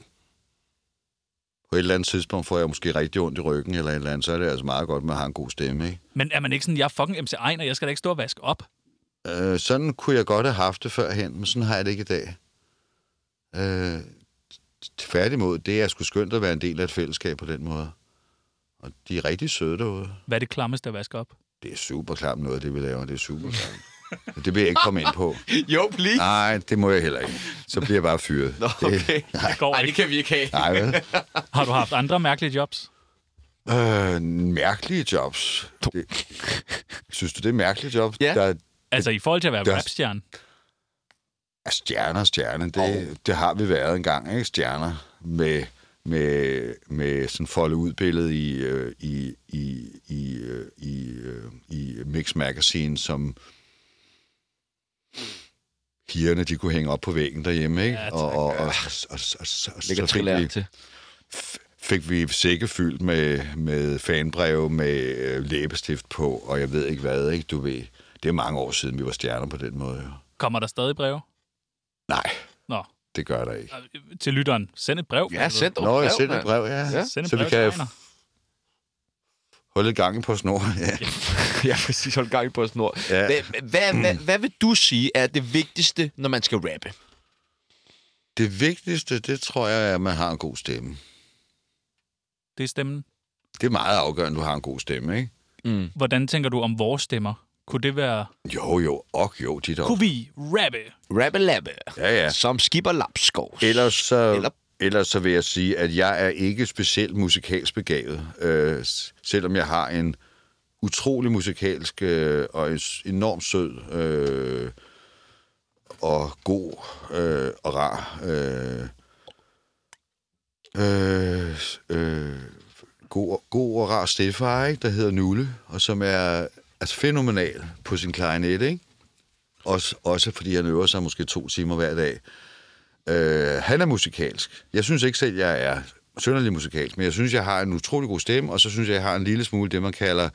på et eller andet tidspunkt får jeg måske rigtig ondt i ryggen, eller et eller andet, så er det altså meget godt med at have en god stemme. Ikke?
Men er man ikke sådan, jeg er fucking MC Ejner, jeg skal da ikke stå og vaske op?
Øh, sådan kunne jeg godt have haft det førhen, men sådan har jeg det ikke i dag. Øh, tværtimod, det er sgu skønt at være en del af et fællesskab på den måde. Og de er rigtig søde derude.
Hvad er det klammeste at vaske op?
Det er super klamt noget, af det vi laver. Det er super klamt. Men Det vil jeg ikke komme ind på.
Jo, please.
Nej, det må jeg heller ikke. Så bliver jeg bare fyret.
Nå, okay.
Det går
Nej, det
ikke.
kan vi ikke have.
Nej, vel?
Har du haft andre mærkelige jobs?
Øh, mærkelige jobs. Det, synes du, det er mærkelige jobs?
Ja.
Der,
Altså i forhold til at
Det
være
er-
rapstjerne?
er stjerner, stjerner. Det, oh. det har vi været engang, ikke? Stjerner med, med, med sådan folde ud billede i, øh, i, i, i, øh, i, øh, i Mix Magazine, som pigerne, de kunne hænge op på væggen derhjemme, ikke?
Ja, tak.
og, og, og, og, og, og, og, og
Lækker
så fik
trillær
vi,
til.
fik vi sække fyldt med, med fanbreve, med øh, læbestift på, og jeg ved ikke hvad, ikke? Du ved, det er mange år siden, vi var stjerner på den måde. jo.
Kommer der stadig breve?
Nej,
Nå,
det gør der ikke.
til lytteren. Send et brev. for
Ja,
helvede.
send dog
Nå, jeg
brev,
sendte
mand.
et brev, ja.
Ja.
ja.
Send et
Så vi
brev til
kan
Ejner.
holde lidt gange på snoren. Ja.
Ja, præcis. Hold gang i på snor.
Ja. Mm.
Hvad, hvad, hvad, hvad vil du sige er det vigtigste, når man skal rappe?
Det vigtigste, det tror jeg, er, at man har en god stemme.
Det er stemmen.
Det er meget afgørende, at du har en god stemme, ikke? Mm.
Hvordan tænker du om vores stemmer? Kunne det være...
Jo, jo, og jo, dit
Kunne vi rappe?
Rappelabbe.
Ja, ja.
Som skipper lapskov.
Ellers så,
Eller-
Eller... ellers så vil jeg sige, at jeg er ikke specielt musikalsk begavet, øh, s- selvom jeg har en utrolig musikalsk øh, og en s- enormt sød øh, og god øh, og rar øh, øh, s- øh, god, god og rar stefar, ikke, der hedder Nulle, og som er altså, fænomenal på sin klarinet, ikke? Også, også fordi han øver sig måske to timer hver dag. Øh, han er musikalsk. Jeg synes ikke selv, jeg er synderlig musikalsk, men jeg synes, jeg har en utrolig god stemme, og så synes jeg, jeg har en lille smule det, man kalder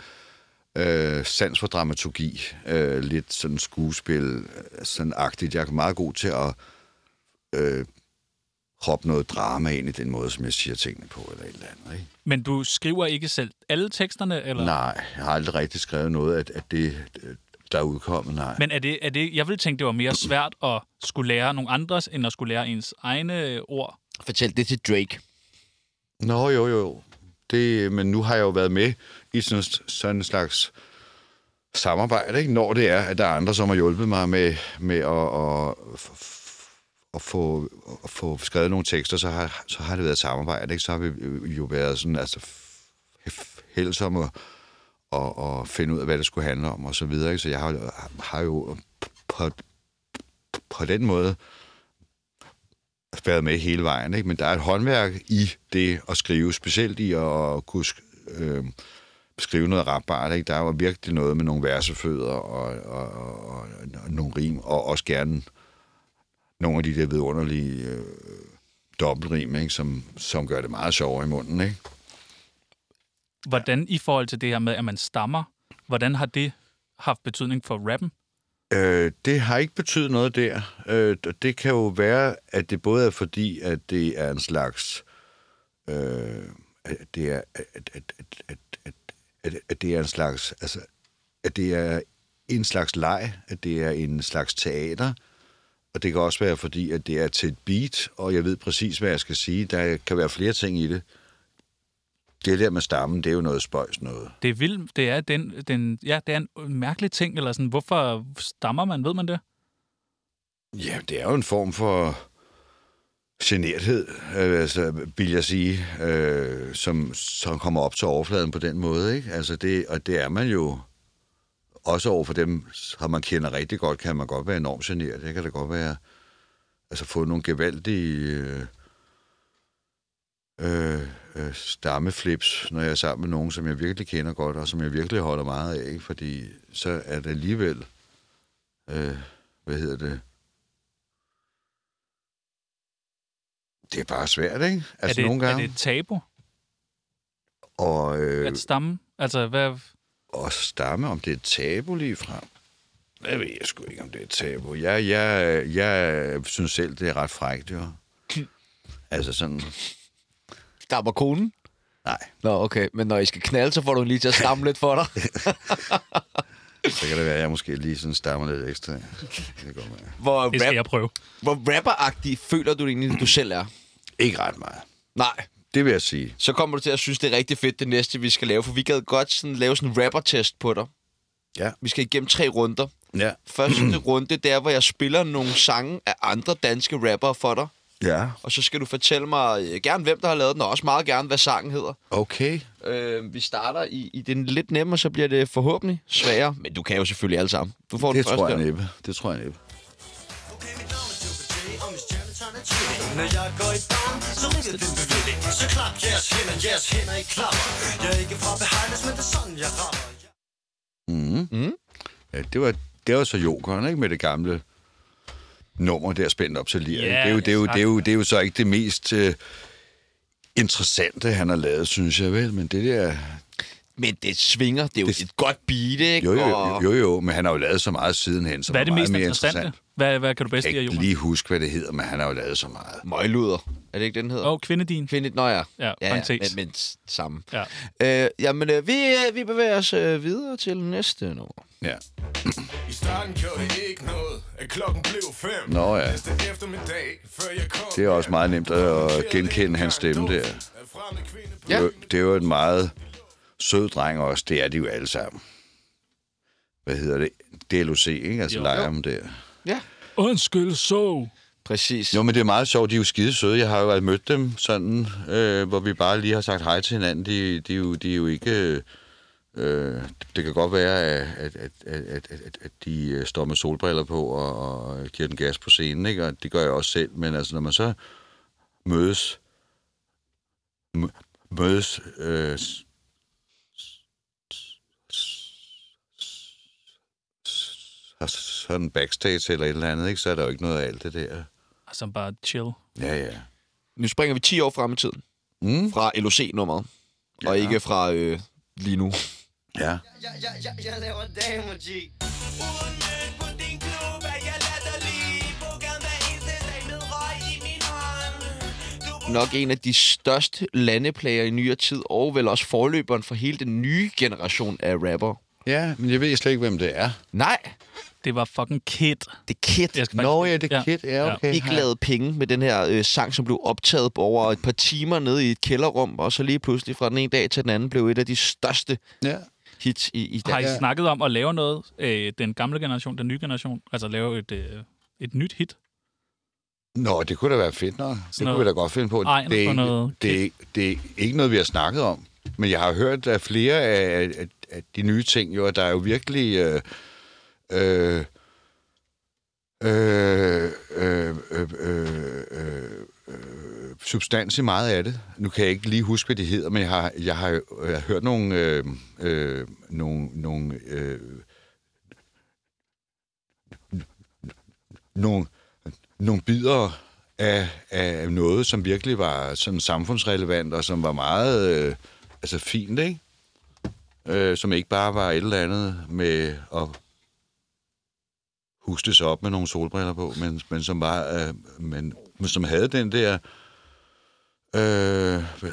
øh, sans for dramaturgi. Øh, lidt sådan skuespil, øh, sådan agtigt. Jeg er meget god til at øh, hoppe noget drama ind i den måde, som jeg siger tingene på, eller et eller andet. Ikke?
Men du skriver ikke selv alle teksterne? Eller?
Nej, jeg har aldrig rigtig skrevet noget af, af det, øh, der er udkommet, nej.
Men er det, er det, jeg ville tænke, det var mere svært at skulle lære nogle andres, end at skulle lære ens egne øh, ord.
Fortæl det til Drake.
Nå, jo, jo. Det, men nu har jeg jo været med i sådan, sådan en slags samarbejde, ikke? når det er, at der er andre, som har hjulpet mig med, med at, at, at, få, at få skrevet nogle tekster, så har, så har det været et samarbejde. Ikke? Så har vi jo været sådan, altså, held som at, at, at finde ud af, hvad det skulle handle om, og så videre. Ikke? Så jeg har, har jo på, på den måde været med hele vejen, ikke? men der er et håndværk i det at skrive, specielt i at kunne sk- øh, skrive noget rappbart. Ikke? Der var virkelig noget med nogle versefødder og, og, og, og, og nogle rim, og også gerne nogle af de der vidunderlige øh, dobbeltrim, ikke? Som, som gør det meget sjovere i munden. Ikke?
Hvordan i forhold til det her med, at man stammer, hvordan har det haft betydning for rappen?
Øh, det har ikke betydet noget der. Øh, og det kan jo være, at det både er fordi, at det er en slags... Øh, at det er... At, at, at, at, at, at, at det er en slags, altså, at det er en slags leg, at det er en slags teater, og det kan også være fordi, at det er til et beat, og jeg ved præcis, hvad jeg skal sige. Der kan være flere ting i det. Det der med stammen, det er jo noget spøjs noget.
Det er vildt. Det er, den, den, ja, det er en mærkelig ting, eller sådan, hvorfor stammer man, ved man det?
Ja, det er jo en form for generthed, øh, altså, vil jeg sige, øh, som, som kommer op til overfladen på den måde. Ikke? Altså det, og det er man jo også over for dem, som man kender rigtig godt, kan man godt være enormt generet. Det kan da godt være, altså få nogle gevaldige øh, øh, øh, stammeflips, når jeg er sammen med nogen, som jeg virkelig kender godt, og som jeg virkelig holder meget af, ikke? fordi så er det alligevel, øh, hvad hedder det, det er bare svært, ikke? Altså
er det,
nogle gange.
Er det et tabu
Og, øh,
at stamme? Altså, hvad...
og stamme, om det er et tabu lige frem. Jeg ved jeg sgu ikke, om det er et tabu. Jeg, jeg, jeg synes selv, det er ret frækt, jo. Altså sådan,
Stammer konen?
nej,
Nå, okay. Men når I skal knalde, så får du lige til at stamme lidt for dig.
så kan det være, at jeg måske lige sådan stammer lidt ekstra. Det kan godt være.
Hvor,
Det skal
rap,
jeg prøve.
hvor rapperagtig føler du egentlig, du selv er?
Ikke ret meget.
Nej.
Det vil jeg sige.
Så kommer du til at synes, det er rigtig fedt, det næste, vi skal lave. For vi gad godt sådan, lave sådan en rapper-test på dig.
Ja.
Vi skal igennem tre runder.
Ja. Mm.
Første runde, det er, hvor jeg spiller nogle sange af andre danske rappere for dig.
Ja.
Og så skal du fortælle mig øh, gerne, hvem der har lavet den, og også meget gerne, hvad sangen hedder.
Okay.
Øh, vi starter i, i den lidt nemmere, så bliver det forhåbentlig sværere. Men du kan jo selvfølgelig alle sammen. Du får den
Det
første.
tror jeg
her.
næppe. Det tror jeg næppe.
Når jeg går i barn, så ringer den bevilling Så klap jeres hænder, jeres hænder i klapper Jeg er ikke fra behind men det er sådan, jeg rammer
Mm-hmm.
Mm.
Ja, det var, det var så jokeren, ikke? Med det gamle nummer der spændt op til lige.
Ja,
det, er jo, det, er jo, det, er jo, det er jo så ikke det mest øh, interessante, han har lavet, synes jeg vel. Men det der...
Men det svinger. Det er jo det...
Det-
et godt beat, ikke?
Jo, jo,
Og-
jo, jo, jo, men han har jo lavet så meget sidenhen, som
Hvad er det
meget
mest
mere
interessante?
interessant.
Hvad, hvad kan du bedst
Jeg
lide,
kan
af
ikke
Jonas?
lige huske, hvad det hedder, men han har jo lavet så meget.
Møgluder. Er det ikke, den hedder?
Åh, oh, kvinde din.
Kvinde, nå ja.
Ja,
ja, ja
parentes.
men, men s- samme.
Ja.
Øh, jamen, øh, vi, øh, vi bevæger os øh, videre til næste nummer.
Ja.
I starten gjorde det ikke noget, at klokken blev fem.
Nå ja.
Næste eftermiddag, før jeg kom
Det er også meget nemt at
hjem,
genkende hans stemme der.
af fremmede kvinde på
Det er jo- Det er jo en meget sød dreng også. Det er de jo alle sammen. Hvad hedder det? DLOC, ikke? Altså lejren der.
Undskyld, så.
Præcis.
Jo, men det er meget sjovt. De er jo skide søde. Jeg har jo mødt dem sådan, øh, hvor vi bare lige har sagt hej til hinanden. De, de, er, jo, de er jo ikke... Øh, det kan godt være, at, at, at, at, at, at de øh, står med solbriller på og, og giver den gas på scenen, ikke? og det gør jeg også selv. Men altså, når man så mødes, mø- mødes øh, s- s- s- s- sådan backstage eller et eller andet, ikke? så er der jo ikke noget af alt det der.
Som bare chill.
Ja, ja.
Nu springer vi 10 år frem i tiden.
Mm.
Fra LOC-nummeret. Ja. Og ikke fra øh, lige nu.
Ja.
Jeg, jeg, jeg, jeg laver damermusik Uden på din klub er jeg latterlig Bukker hver eneste dag med røg i min hånd
Nok en af de største landeplager i nyere tid, og vel også forløberen for hele den nye generation af rapper.
Ja, men jeg ved slet ikke, hvem det er.
Nej,
Det var fucking kid.
det er Kid.
Jeg skal faktisk-
Nå, ja, det er Kid. Ja, okay.
ikke lavede penge med den her øh, sang, som blev optaget på over et par timer nede i et kælderrum, og så lige pludselig fra den ene dag til den anden blev et af de største
Ja.
hits i, i
Har I
Danmark.
ja. snakket om at lave noget, øh, den gamle generation, den nye generation, altså lave et, øh, et nyt hit?
Nå, det kunne da være fedt nok. Det
noget-
kunne vi da godt finde på.
Ej,
det, er
for
ikke,
noget
det,
Kid.
er, ikke- det er ikke noget, vi har snakket om. Men jeg har hørt af flere af, af, af de nye ting, jo, at der er jo virkelig... Øh, øh, øh, øh, øh, øh, øh, substans i meget af det. Nu kan jeg ikke lige huske, hvad de hedder, men jeg har, jeg har, jeg har hørt nogle, øh, øh, nogle, nogle, øh, nogle, nogle bidder af, af noget, som virkelig var sådan samfundsrelevant, og som var meget øh, altså fint, ikke? Øh, som ikke bare var et eller andet med at hustes op med nogle solbriller på, men, men som var, øh, men, men som havde den der øh, hvad-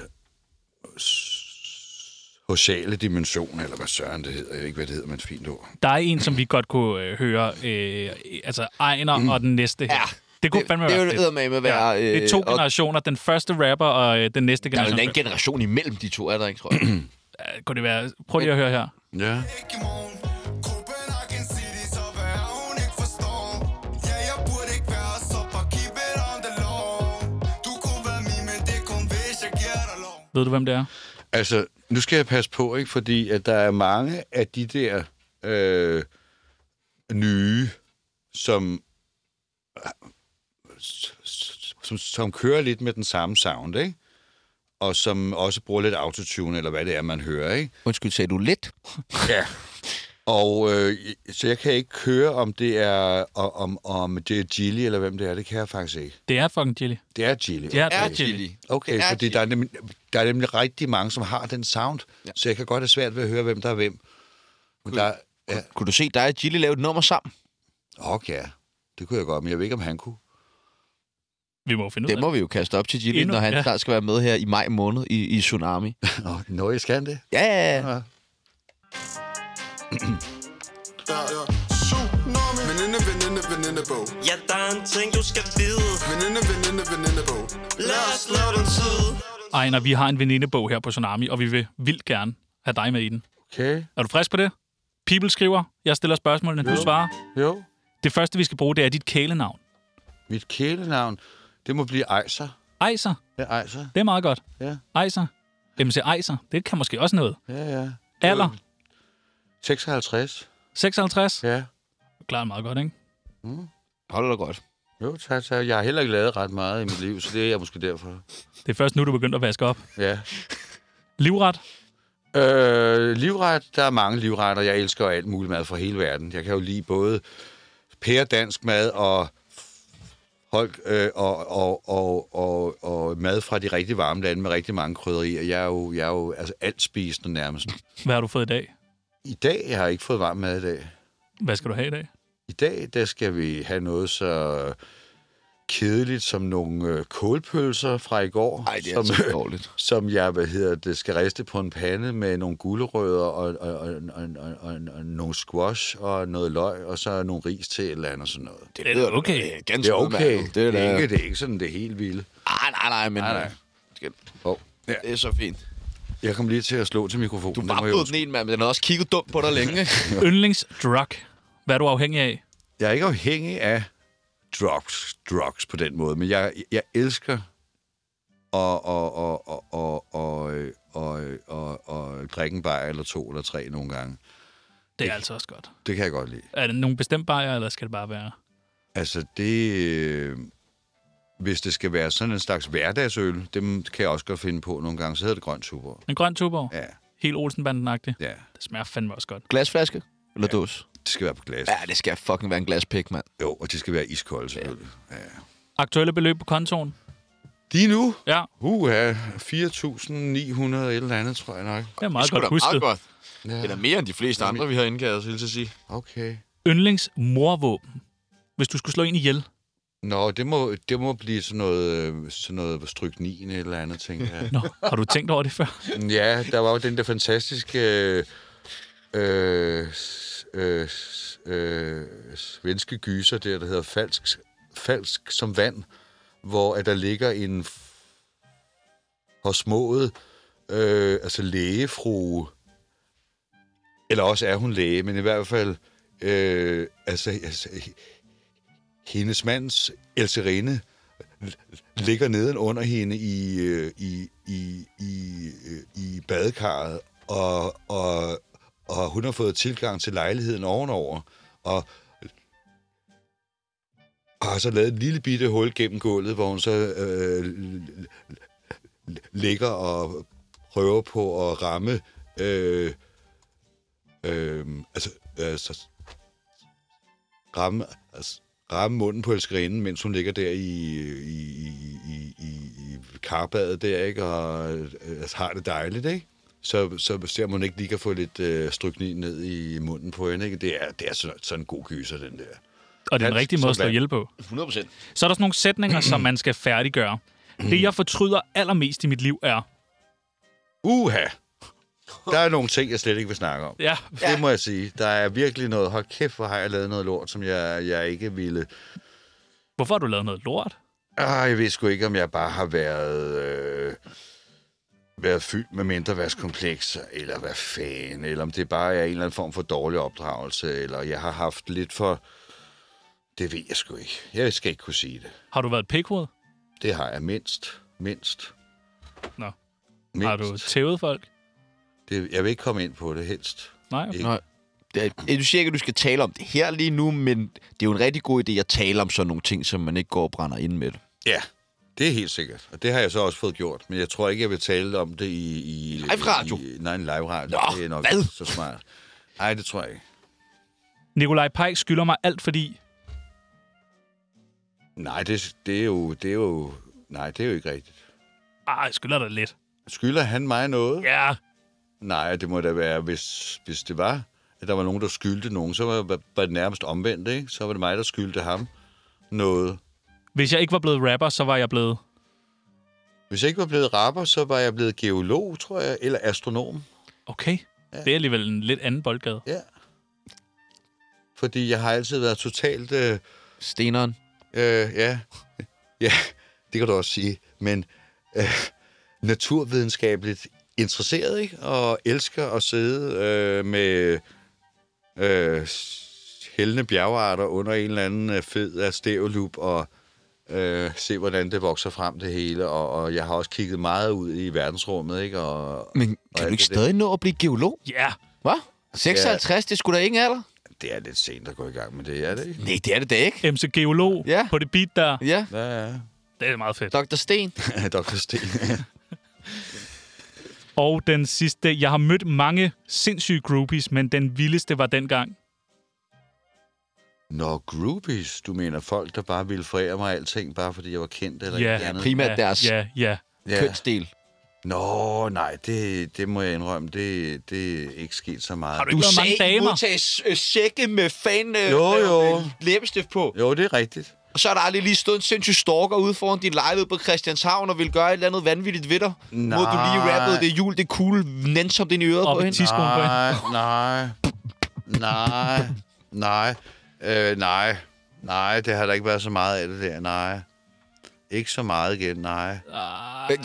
sociale dimension, eller hvad søren det hedder. Jeg ved ikke, hvad det hedder, men et fint ord.
Der er en, som vi godt kunne øh, høre. Øh, altså Ejner mm. og den næste her. Ja. Det kunne
Det,
fandme
det
være
vil
fedt.
eddermame være...
Ja. Det er to
og,
generationer. Den første rapper og øh, den næste
Der er jo en
generation.
anden generation imellem de to, er der ikke, tror jeg.
Ja, Kunne det være... Prøv lige at høre her.
Ja.
Ikke i morgen. Copenhagen City, så hvad er hun ikke forstår? Ja, jeg burde ikke være så bare keep it on the low. Du kunne være min, men det er kun hvis jeg giver dig lov.
Ved du, hvem det er?
Altså, nu skal jeg passe på, ikke? Fordi at der er mange af de der øh, nye, som, som, som kører lidt med den samme sound, ikke? Og som også bruger lidt autotune, eller hvad det er, man hører, ikke?
undskyld, sagde du lidt?
Ja. Og øh, så jeg kan ikke høre, om det er om, om det er Gilly, eller hvem det er. Det kan jeg faktisk ikke.
Det er fucking Chili.
Det er Gilly.
Det er,
Er
er Chili.
Okay,
Det er
fordi
Gilly.
der er, nemlig, der er nemlig rigtig mange, som har den sound, ja. så jeg kan godt have svært ved at høre, hvem der er hvem. Men der, ja,
Kunne du se dig og Gilly lave et nummer sammen?
okay, ja. det kunne jeg godt, men jeg ved ikke, om han kunne.
Vi må finde ud af
Det må vi jo kaste op til Gilly,
Endnu,
når han
ja.
ja. skal være med her i maj måned i, i Tsunami.
Nå, Nå, jeg skal det.
Ja, ja, ja.
Tsunami. Veninde, veninde, veninde bog.
Ja, der er en ting, du skal vide
Veninde, veninde, veninde bog.
Lad os slå den tid
Ejner, vi har en venindebog her på Tsunami, og vi vil vildt gerne have dig med i den.
Okay,
Er du frisk på det? People skriver, jeg stiller spørgsmålene, du svarer.
jo.
Det første, vi skal bruge, det er dit kælenavn.
Mit kælenavn, det må blive Ejser.
Ejser,
Ja, Ejser.
det er meget godt.
Ja.
Ejser. MC Ejser, det kan måske også noget.
Ja, ja.
Alder,
56.
56.
Ja.
Klart meget godt, ikke?
Hold da godt.
Jo, tak, tak. Jeg har heller ikke lavet ret meget i mit liv, så det er jeg måske derfor.
Det er først nu, du begynder at vaske op.
Ja.
Livret,
Øh, livret, der er mange livretter. Jeg elsker alt muligt mad fra hele verden. Jeg kan jo lide både pæredansk mad og folk øh, og, og, og, og, og, mad fra de rigtig varme lande med rigtig mange krydderier. Jeg er jo, jeg er jo altså alt spisende nærmest.
hvad har du fået i dag?
I dag jeg har jeg ikke fået varm mad i dag.
Hvad skal du have i dag?
I dag der skal vi have noget så kedeligt som nogle øh, kålpølser fra i går.
Ej, det er
som,
altså dårligt.
som jeg, hvad hedder det, skal riste på en pande med nogle gulerødder og, og, og, og, og, og, og nogle squash og noget løg, og så nogle ris til et eller andet og sådan noget. Det,
Det er okay.
øh, Ganske
det er okay.
udmærket.
Det er,
da-
ikke, det er ikke sådan det helt vilde.
Ah, nej, nej, men...
Nej, nej.
Skal-
Oh, ja.
Det er så fint.
Jeg kom lige til at slå til mikrofonen.
Du
Det må
bare
jeg
blevet
undskylde.
den en, mand, men den har også kigget dumt på dig længe.
Yndlingsdrug. Hvad er du afhængig af?
Jeg er ikke afhængig af drugs, drugs på den måde, men jeg, jeg elsker at, at, at, at, at, at, at, at, at, at drikke en bajer eller to eller tre nogle gange.
Det er altså også godt.
Det kan jeg godt lide.
Er det nogen bestemt bajer, eller skal det bare være...
Altså det... Øh, hvis det skal være sådan en slags hverdagsøl, dem kan jeg også godt finde på nogle gange, så hedder det grøn tuborg.
En grøn tuborg?
Ja,
Helt Olsenbanden-agtig?
ja.
Det smager fandme også godt.
Glasflaske? Eller ja. dås?
Det skal være på glas.
Ja, det skal fucking være en glaspik, mand.
Jo, og det skal være iskoldt selvfølgelig. Ja.
Aktuelle beløb på kontoen?
Lige nu,
Ja,
uha, 4.900 et eller andet, tror jeg nok.
det er meget godt
da meget
husket.
godt. Ja. Det er mere end de fleste andre, vi har indkaldt, vil jeg sige.
Okay.
Yndlingsmorvåben. Hvis du skulle slå en ihjel,
Nå, det må, det må blive sådan noget, øh, sådan noget stryknin eller andet, tænker jeg.
Nå, har du tænkt over det før?
Ja, der var jo den der fantastiske øh, øh, s- øh, s- øh, svenske gyser der, der hedder Falsk, Falsk som vand, hvor at der ligger en forsmået øh, altså lægefrue, eller også er hun læge, men i hvert fald øh, altså, altså, hendes mands elserinde ligger nedenunder hende i, øh, i, i, i, øh, i badekarret, og, og, og hun har fået tilgang til lejligheden ovenover, og og har så lavet et lille bitte hul gennem gulvet, hvor hun så øh, l- l- ligger og prøver på at ramme øh, øh, altså, øh, så, ramme, altså, ramme munden på elskerinden, mens hun ligger der i, i, i, i, i, i karbadet der, ikke? Og øh, altså, har det dejligt, ikke? Så, så ser man ikke lige kan få lidt øh, stryknin ned i munden på hende, ikke? Det er, det er sådan, sådan en god gyser, den der.
Og det er den
Ja,
rigtige måde at
sådan.
slå ihjel på.
100 procent. Mm.
Så er der sådan nogle sætninger, som man skal færdiggøre. Det, jeg fortryder allermest i mit liv, er...
Uha! Der er nogle ting, jeg slet ikke vil snakke om.
Ja,
Det må jeg sige. Der er virkelig noget, hold kæft, hvor har jeg lavet noget lort, som jeg, jeg ikke ville...
hvorfor har du lavet noget lort?
Ah, jeg ved sgu ikke, om jeg bare har været... Øh, været fyldt med mindreværdskomplekser, eller hvad fanden, eller om det bare er en eller anden form for dårlig opdragelse, eller jeg har haft lidt for... Det ved jeg sgu ikke. Jeg skal ikke kunne sige det.
Har du været et pikhoved?
Det har jeg mindst. Mindst.
Nå.
Mindst.
Har du tævet folk?
Det, jeg vil ikke komme ind på det helst.
Nej,
Ikke.
Nej. Det er, du siger ikke, at du skal tale om det her lige nu, men det er jo en rigtig god idé at tale om sådan nogle ting, som man ikke går og brænder ind med.
Ja, det er helt sikkert. Og det har jeg så også fået gjort. Men jeg tror ikke, jeg vil tale om det i... i
Live-radio?
I, nej, en live radio.
Nå,
det er nok
hvad?
ikke så smart. Nej, det tror jeg ikke.
Nikolaj Pej skylder mig alt, fordi...
Nej, det, det, er jo, det er jo... Nej, det er jo ikke rigtigt.
Ah, jeg skylder dig lidt.
Skylder han mig noget?
Ja,
Nej, det må da være, hvis, hvis det var, at der var nogen, der skyldte nogen, så var, var det nærmest omvendt, ikke? Så var det mig, der skyldte ham noget.
hvis jeg ikke var blevet rapper, så var jeg blevet...
Hvis jeg ikke var blevet rapper, så var jeg blevet geolog, tror jeg, eller astronom.
Okay, det er alligevel en lidt anden boldgade.
Ja. Fordi jeg har altid været totalt... Øh,
Steneren.
Øh, ja. ja, det kan du også sige. Men øh, naturvidenskabeligt interesseret, ikke? Og elsker at sidde øh, med øh, hældende bjergarter under en eller anden øh, fed astereolup og øh, se, hvordan det vokser frem det hele. Og, og jeg har også kigget meget ud i verdensrummet, ikke? Og
Men kan
alt
du ikke
det der.
stadig nå at blive geolog?
Ja,
Hvad? 56, det skulle da ingen alder?
det er lidt sent at gå i gang med det, er det ikke?
Nej, det er det da ikke.
MC Geolog
Ja.
på det beat der.
Ja,
Ja, ja.
Det er meget fedt.
Dr. Sten.
Dr. Sten.
Og den sidste. Jeg har mødt mange sindssyge groupies, men den vildeste var dengang.
Nå, groupies. Du mener folk, der bare ville forære mig alting, bare fordi jeg var kendt eller
Ja,
et eller andet?
Primært
ja,
deres
Ja, ja.
kønsdel.
Nå, nej, det, det må jeg indrømme. Det, det er ikke sket så meget.
Har du ikke været mange damer?
modtages øh, sække med fan øh,
Jo,
øh,
jo.
øh, læbestift på.
Jo, det er rigtigt.
Og så er der aldrig lige stået en sindssyg stalker ude foran din lejlighed på Christianshavn og vil gøre et eller andet vanvittigt ved dig.
Nej.
Hvor du lige rappede det jul, det cool, nænsomt ind i øret
Op
på
i
hende.
ti- Tidskoen på
Nej, nej, nej, nej, øh, nej, nej, det har der ikke været så meget af det der, nej. Ikke så meget igen, nej.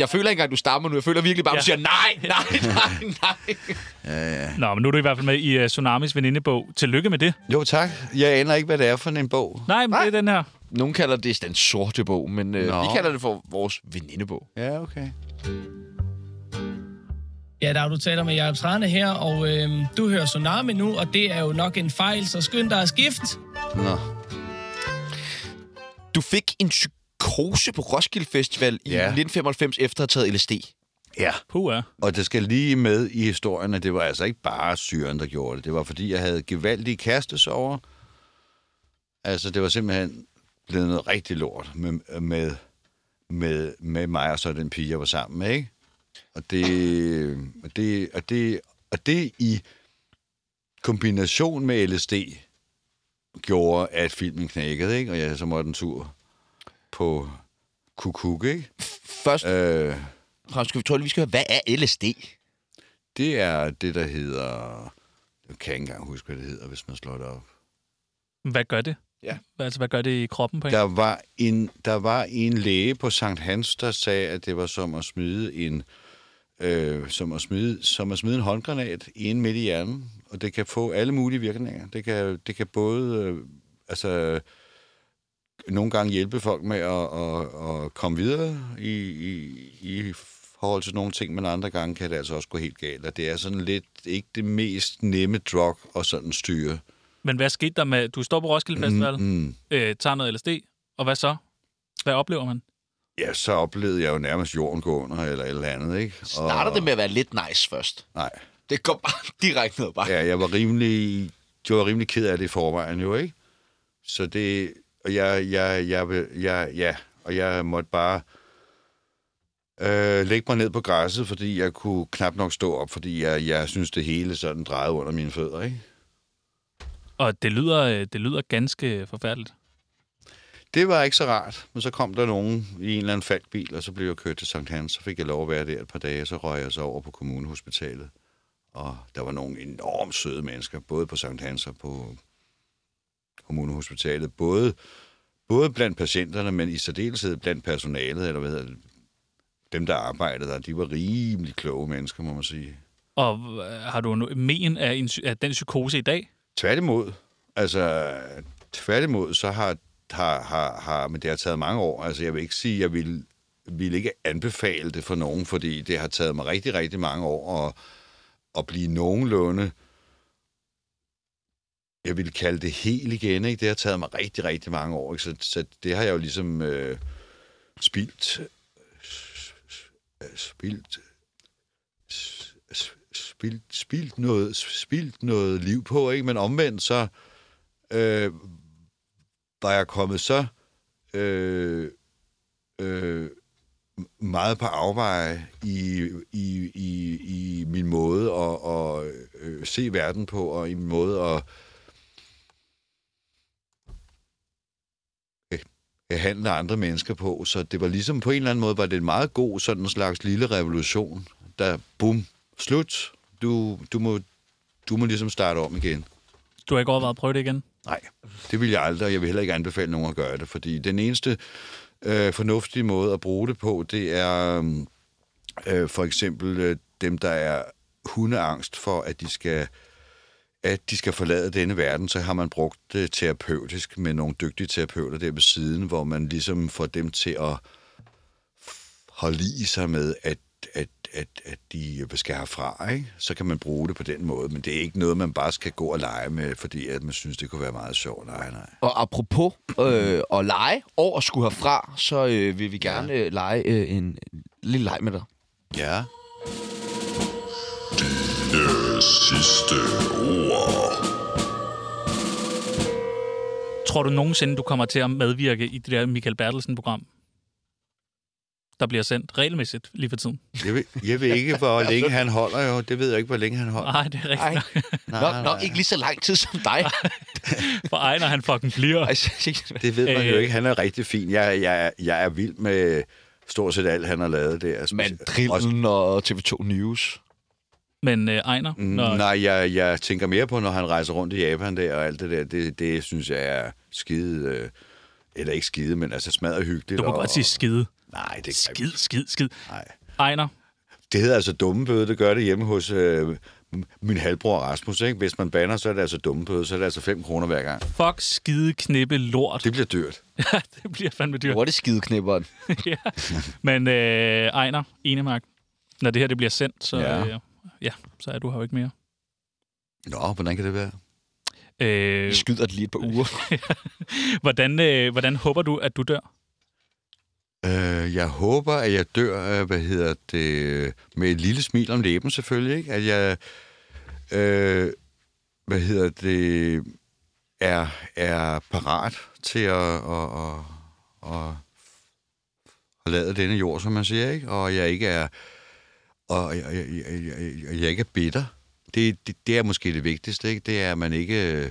Jeg føler ikke engang, du stammer nu. Jeg føler virkelig bare, at du siger
Ja.
nej, nej, nej, nej.
Nå, men nu er du i hvert fald med i uh, Tsunamis venindebog. Tillykke med det.
Jo, tak. Jeg aner ikke, hvad det er for en bog.
Nej, men det er den her.
Nogle kalder det den sorte bog, men øh,
Nå.
vi kalder det for vores venindebog.
Ja, okay.
Ja, der er du taler med Jacob Trane her, og øhm, du hører Tsunami nu, og det er jo nok en fejl, så skynd dig at skifte.
Nå.
Du fik en psykose på Roskilde Festival i
Ja.
1995 efter at have taget LSD.
Ja.
Puh, ja.
Og det skal lige med i historien, at det var altså ikke bare syren, der gjorde det. Det var, fordi jeg havde gevaldige kastesover. Altså, det var simpelthen blevet noget rigtig lort med, med, med, med mig og så den pige, jeg var sammen med, ikke? Og det, og det, og det, og det i kombination med LSD gjorde, at filmen knækkede, ikke? Og jeg så måtte en tur på kukuk, ikke?
Først,
Øh,
Frans, skal vi tror lige, vi skal høre, hvad er LSD?
Det er det, der hedder... Jeg kan ikke engang huske, hvad det hedder, hvis man slår det op.
Hvad gør det?
Ja.
Altså, hvad gør det i kroppen på en?
Der var en, der var en læge på Sankt Hans, der sagde, at det var som at smide en, øh, som at smide, som at smide en håndgranat ind midt i hjernen, og det kan få alle mulige virkninger. Det kan, det kan både øh, altså, nogle gange hjælpe folk med at, at, at komme videre i, i, i forhold til nogle ting, men andre gange kan det altså også gå helt galt, og det er sådan lidt ikke det mest nemme drug at sådan styre.
Men hvad skete der med... Du står på Roskilde Festival, mm,
Mm.
øh, tager noget LSD, og hvad så? Hvad oplever man?
ja, så oplevede jeg jo nærmest jorden gå under, eller et eller andet, ikke? Og,
Starter det med at være lidt nice først?
Nej,
Det går bare direkte ned bare.
ja, jeg var rimelig, jeg var rimelig ked af det i forvejen jo, ikke? Så det, og jeg, jeg, jeg, jeg, jeg ja, og jeg måtte bare øh, lægge mig ned på græsset, fordi jeg kunne knap nok stå op, fordi jeg, jeg synes, det hele sådan drejede under mine fødder, ikke?
Og det lyder, øh, det lyder ganske forfærdeligt.
Det var ikke så rart, men så kom der nogen i en eller anden faldbil, og så blev jeg kørt til Sankt Hans, så fik jeg lov at være der et par dage, så røg jeg så over på kommunehospitalet og der var nogle enormt søde mennesker, både på Sankt Hans og på Kommunehospitalet. Både, både blandt patienterne, men i særdeleshed blandt personalet, eller hvad hedder det, dem, der arbejdede der, de var rimelig kloge mennesker, må man sige.
Og øh, har du no- men af, en, psy- af den psykose i dag?
Tværtimod, altså tværtimod, så har, har, har, har, men det har taget mange år. Altså jeg vil ikke sige, jeg vil, vil ikke anbefale det for nogen, fordi det har taget mig rigtig, rigtig mange år at, at blive nogenlunde, jeg vil kalde det helt igen, ikke? Det har taget mig rigtig, rigtig mange år, ikke? Så, så det har jeg jo ligesom øh, spildt, øh, spildt spildt, spildt, noget, spildt noget liv på, ikke? men omvendt så øh, var jeg kommet så øh, øh, meget på afveje i, i, i, i min måde at, at øh, se verden på, og i min måde at øh, handle andre mennesker på. Så det var ligesom på en eller anden måde, var det en meget god sådan en slags lille revolution, der bum, slut, du, du, må, du må ligesom starte om igen.
Du har ikke overvejet at prøve det igen?
Nej, det vil jeg aldrig, og jeg vil heller ikke anbefale nogen at gøre det, fordi den eneste øh, fornuftige måde at bruge det på, det er øhm, øh, for eksempel øh, dem, der er hundeangst for, at de skal at de skal forlade denne verden, så har man brugt det terapeutisk med nogle dygtige terapeuter der ved siden, hvor man ligesom får dem til at holde i sig med, at, at, at, at de skal herfra, ikke? så kan man bruge det på den måde. Men det er ikke noget, man bare skal gå og lege med, fordi at man synes, det kunne være meget sjovt. Nej, nej.
Og apropos øh, at lege og at skulle herfra, så øh, vil vi gerne øh, lege øh, en lille leg med dig.
Ja.
Det sidste ord.
Tror du nogensinde, du kommer til at medvirke i det der Michael Bertelsen-program? Der bliver sendt regelmæssigt lige for tiden.
Jeg ved, jeg ved ikke, hvor længe han holder jo. Det ved jeg ikke, hvor længe han holder.
Nej, det er rigtigt. nok.
Nej,
Nok, nok ikke lige så lang tid som dig.
For ej, når han fucking bliver.
Ej, shit.
Det ved man jo
Øh.
ikke. Han er rigtig fin. Jeg, jeg, jeg er vild med stort set alt, han har lavet der. Altså, også-
Mandrillen og TV2 News.
Men øh, Ejner,
Mm,
når,
Nej, jeg, jeg tænker mere på, når han rejser rundt i Japan der og alt det der. Det, det synes jeg er skide... Øh, eller ikke skide, men altså smadret hyggeligt.
du må
og,
godt sige skide.
Nej, det,
Skid, skid, skid.
Nej.
Ejner,
det hedder altså dummebøde. Det gør det hjemme hos øh, min halvbror Rasmus. Ikke? Hvis man banner, så er det altså dummebøde. Så er det altså 5 kroner hver gang.
fuck, skide, knippe, lort.
Det bliver dyrt.
Ja, det bliver fandme dyrt.
Hvor er det skideknipperen?
ja. Men øh, Ejner, Enemark, når det her det bliver sendt, så, ja.
Ja.
Øh, ja, så er du her jo ikke mere.
Nå, hvordan kan det være?
Øh,
Vi skyder det lige et par uger.
hvordan, øh, hvordan håber du, at du dør?
Øh, jeg håber, at jeg dør, øh, hvad hedder det, øh, med et lille smil om læben selvfølgelig, ikke? At jeg, øh, hvad hedder det, er, er parat til at, at, at, at, at lade denne jord, som man siger, ikke? Og jeg ikke er, og jeg, jeg, jeg, jeg, jeg ikke er bitter. Det, det, det er måske det vigtigste, ikke? Det er, at man ikke øh,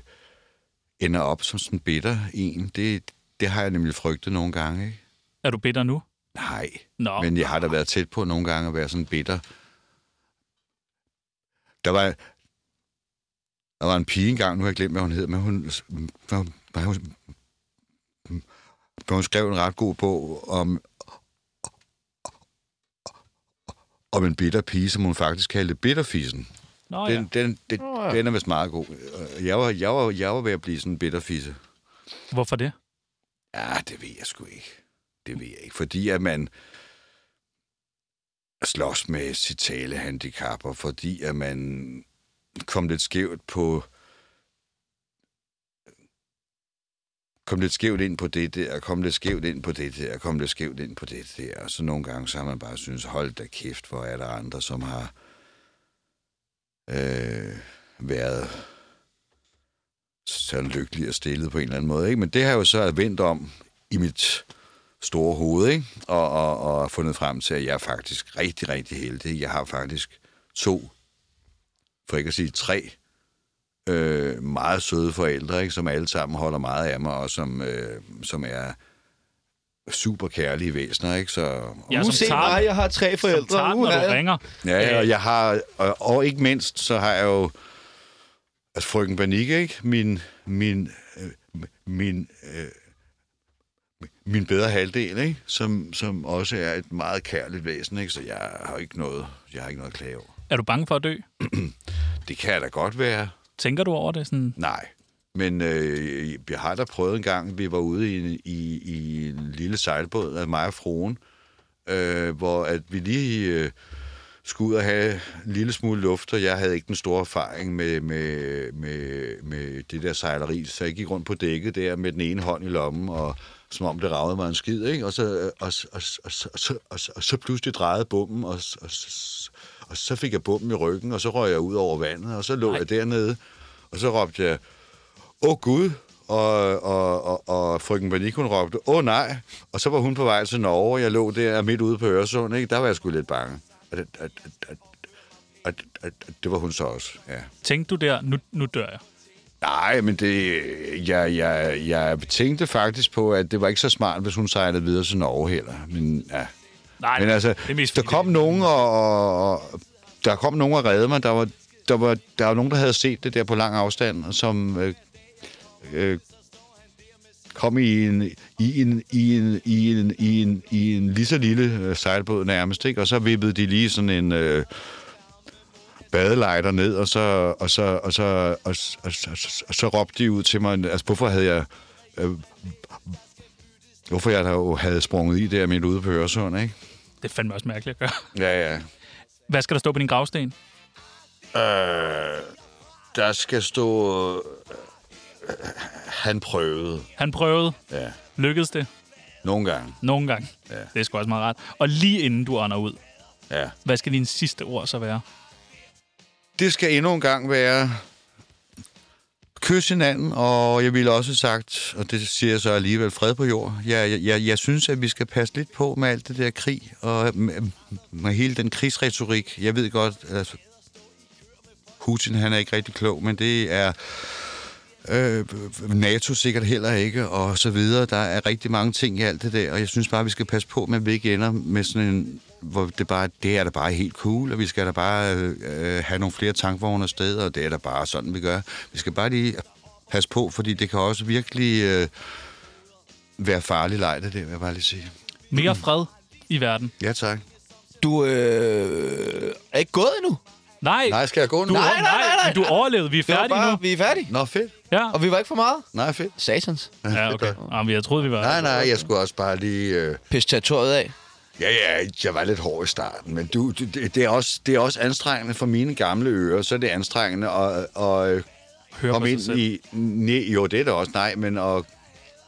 ender op som sådan en bitter en. Det, det har jeg nemlig frygtet nogle gange, ikke?
Er du bitter nu?
Nej,
Nå, Men...
men jeg har da været tæt på nogle gange at være sådan bitter. Der var, der var en pige engang, nu har jeg glemt, hvad hun hed, men hun, hvad, hvad, hun, hvad hun skrev en ret god bog om, om en bitter pige, som hun faktisk kaldte bitterfisen.
Nå ja.
Den, den, den, den er vist meget god. Jeg var, jeg, var, jeg var ved at blive sådan en bitterfise.
Hvorfor det?
Ja, Ah, det ved jeg sgu ikke. Det ved jeg ikke, fordi at man slås med sit talehandicap, og fordi at man kom lidt skævt på kom lidt skævt ind på det der, kom lidt skævt ind på det der, kom lidt skævt ind på det der. Og så nogle gange, så har man bare synes, hold da kæft, hvor er der andre, som har øh, været så lykkelig og stillet på en eller anden måde. Ikke? Men det har jeg jo så vendt om i mit store hoved, ikke? Og, og, og fundet frem til, at jeg er faktisk rigtig, rigtig heldig. Jeg har faktisk to, for ikke at sige tre, øh, meget søde forældre, ikke? som alle sammen holder meget af mig, og som, øh, som er super kærlige væsener, ikke? Så,
Ja,
Nu
som
se
tager
mig,
den.
jeg har tre
Som
forældre.
tager den, når
Uha.
du ringer.
ja, og jeg har, og, og ikke mindst, så har jeg jo, altså frøken Bernicke, ikke? Min, min, øh, min, øh, min bedre halvdel, ikke? Som, som også er et meget kærligt væsen, ikke? Så jeg har ikke noget, jeg har ikke noget at klage over.
Er du bange for at dø?
Det kan jeg da godt være.
Tænker du over det? Sådan,
Nej. Men øh, jeg har da prøvet en gang, vi var ude i, en- i, i en lille sejlbåd af mig og fruen, øh, hvor at vi lige øh, skulle ud og have en lille smule luft, og jeg havde ikke den store erfaring med, med, med, med det der sejleri, så jeg gik rundt på dækket der med den ene hånd i lommen, og som om det ragede mig en skid, ikke? Og så, øh, og, s- og, s- og, s- og, så, og, s- og så pludselig drejede bommen, og, s- og, s- og så fik jeg bommen i ryggen, og så røg jeg ud over vandet, og så lå jeg dernede, og så råbte jeg, åh oh, Gud, og, og, og, og frøken Bernick, hun råbte, åh oh, nej, og så var hun på vej til Norge, og jeg lå der midt ude på Øresund, ikke? der var jeg sgu lidt bange. Og det, at, at, at, at, at, at, det var hun så også, ja.
tænkte du der, nu, nu dør jeg?
Nej, men det, jeg, jeg, jeg tænkte faktisk på, at det var ikke så smart, hvis hun sejlede videre til Norge heller. Men, ja.
Nej,
men altså,
det er mest
der
fordi,
kom
det-
nogen og, og, og der kom nogen og redde mig. Der var, der var, der var nogen, der havde set det der på lang afstand, og som øh, øh, kom i en, i en, i en, i en, i en, i en lige så lille øh, sejlbåd nærmest, ikke? og så vippede de lige sådan en... Øh, badelejder ned, og så, og så, og så, og, og, og, og, og så råbte de ud til mig, altså hvorfor havde jeg, øh, hvorfor jeg da jo havde sprunget i der midt ude på Øresund, ikke?
Det er fandme også mærkeligt at gøre.
Ja, ja.
Hvad skal der stå på din gravsten?
Der skal stå, øh, han prøvede,
Han prøvede.
ja,
Lykkedes det?
nogle gange,
Nogle gange. Ja. Det er sgu også meget rart. Og lige inden du ånder ud,
ja.
hvad skal dine sidste ord så være?
Det skal endnu en gang være kys hinanden, og jeg ville også have sagt, og det siger jeg så alligevel, fred på jord. Jeg, jeg- jeg, jeg synes, at vi skal passe lidt på med alt det der krig, og med, med hele den krigsretorik. Jeg ved godt, altså, Putin han er ikke rigtig klog, men det er øh, NATO sikkert heller ikke, og så videre. Der er rigtig mange ting i alt det der, og jeg synes bare, vi skal passe på med, at vi ikke ender med sådan en, hvor det, bare, det er da bare helt cool, og vi skal da bare øh, øh, have nogle flere tankvogne afsted, og det er da bare sådan, vi gør. Vi skal bare lige passe på, fordi det kan også virkelig øh, være farlig leg, det der, vil jeg bare lige sige.
Mm.
Mere fred i verden.
Ja, tak.
Du øh, er ikke gået endnu.
Nej,
Nej, skal jeg gå nu?
du,
Nej,
nej,
nej, nej, nej.
Du overlevede. Vi er
Det var
færdige
bare,
nu.
vi er færdige.
Nå, fedt.
Ja,
Og vi var ikke for meget.
Nej, fedt.
Satans.
ja okay. Jamen, jeg troede, vi var...
Nej, nej, jeg skulle også bare lige... Øh,
Pis territoriet af.
Ja, ja, jeg var lidt hård i starten, men du, du, det, det er også, det er også anstrengende for mine gamle ører, så er det anstrengende at, at øh,
Hør på
komme
sig
ind
selv.
i... Ne, jo, det er det også, nej, men at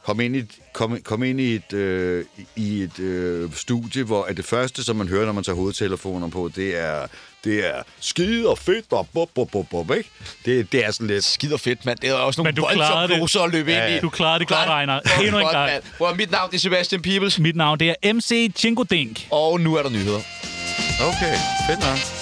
komme ind i, et- komme, komme ind i et, øh, i et øh, studie, hvor at det første, som man hører, når man tager hovedtelefoner på, det er, det er skide og fedt, og bop, bop, bop, bop, ikke? Det, det er sådan lidt...
Skid og fedt, mand. Det er også
Men
nogle
du klarede
voldsomme
det.
poser at løbe ind i.
Du klarede det godt, Ejner. Endnu en
Godt,
gang.
mand. Hvor mit navn det er Sebastian Peebles.
Mit navn det er MC Chingo Dink.
Og nu er der nyheder.
Okay, fedt nok.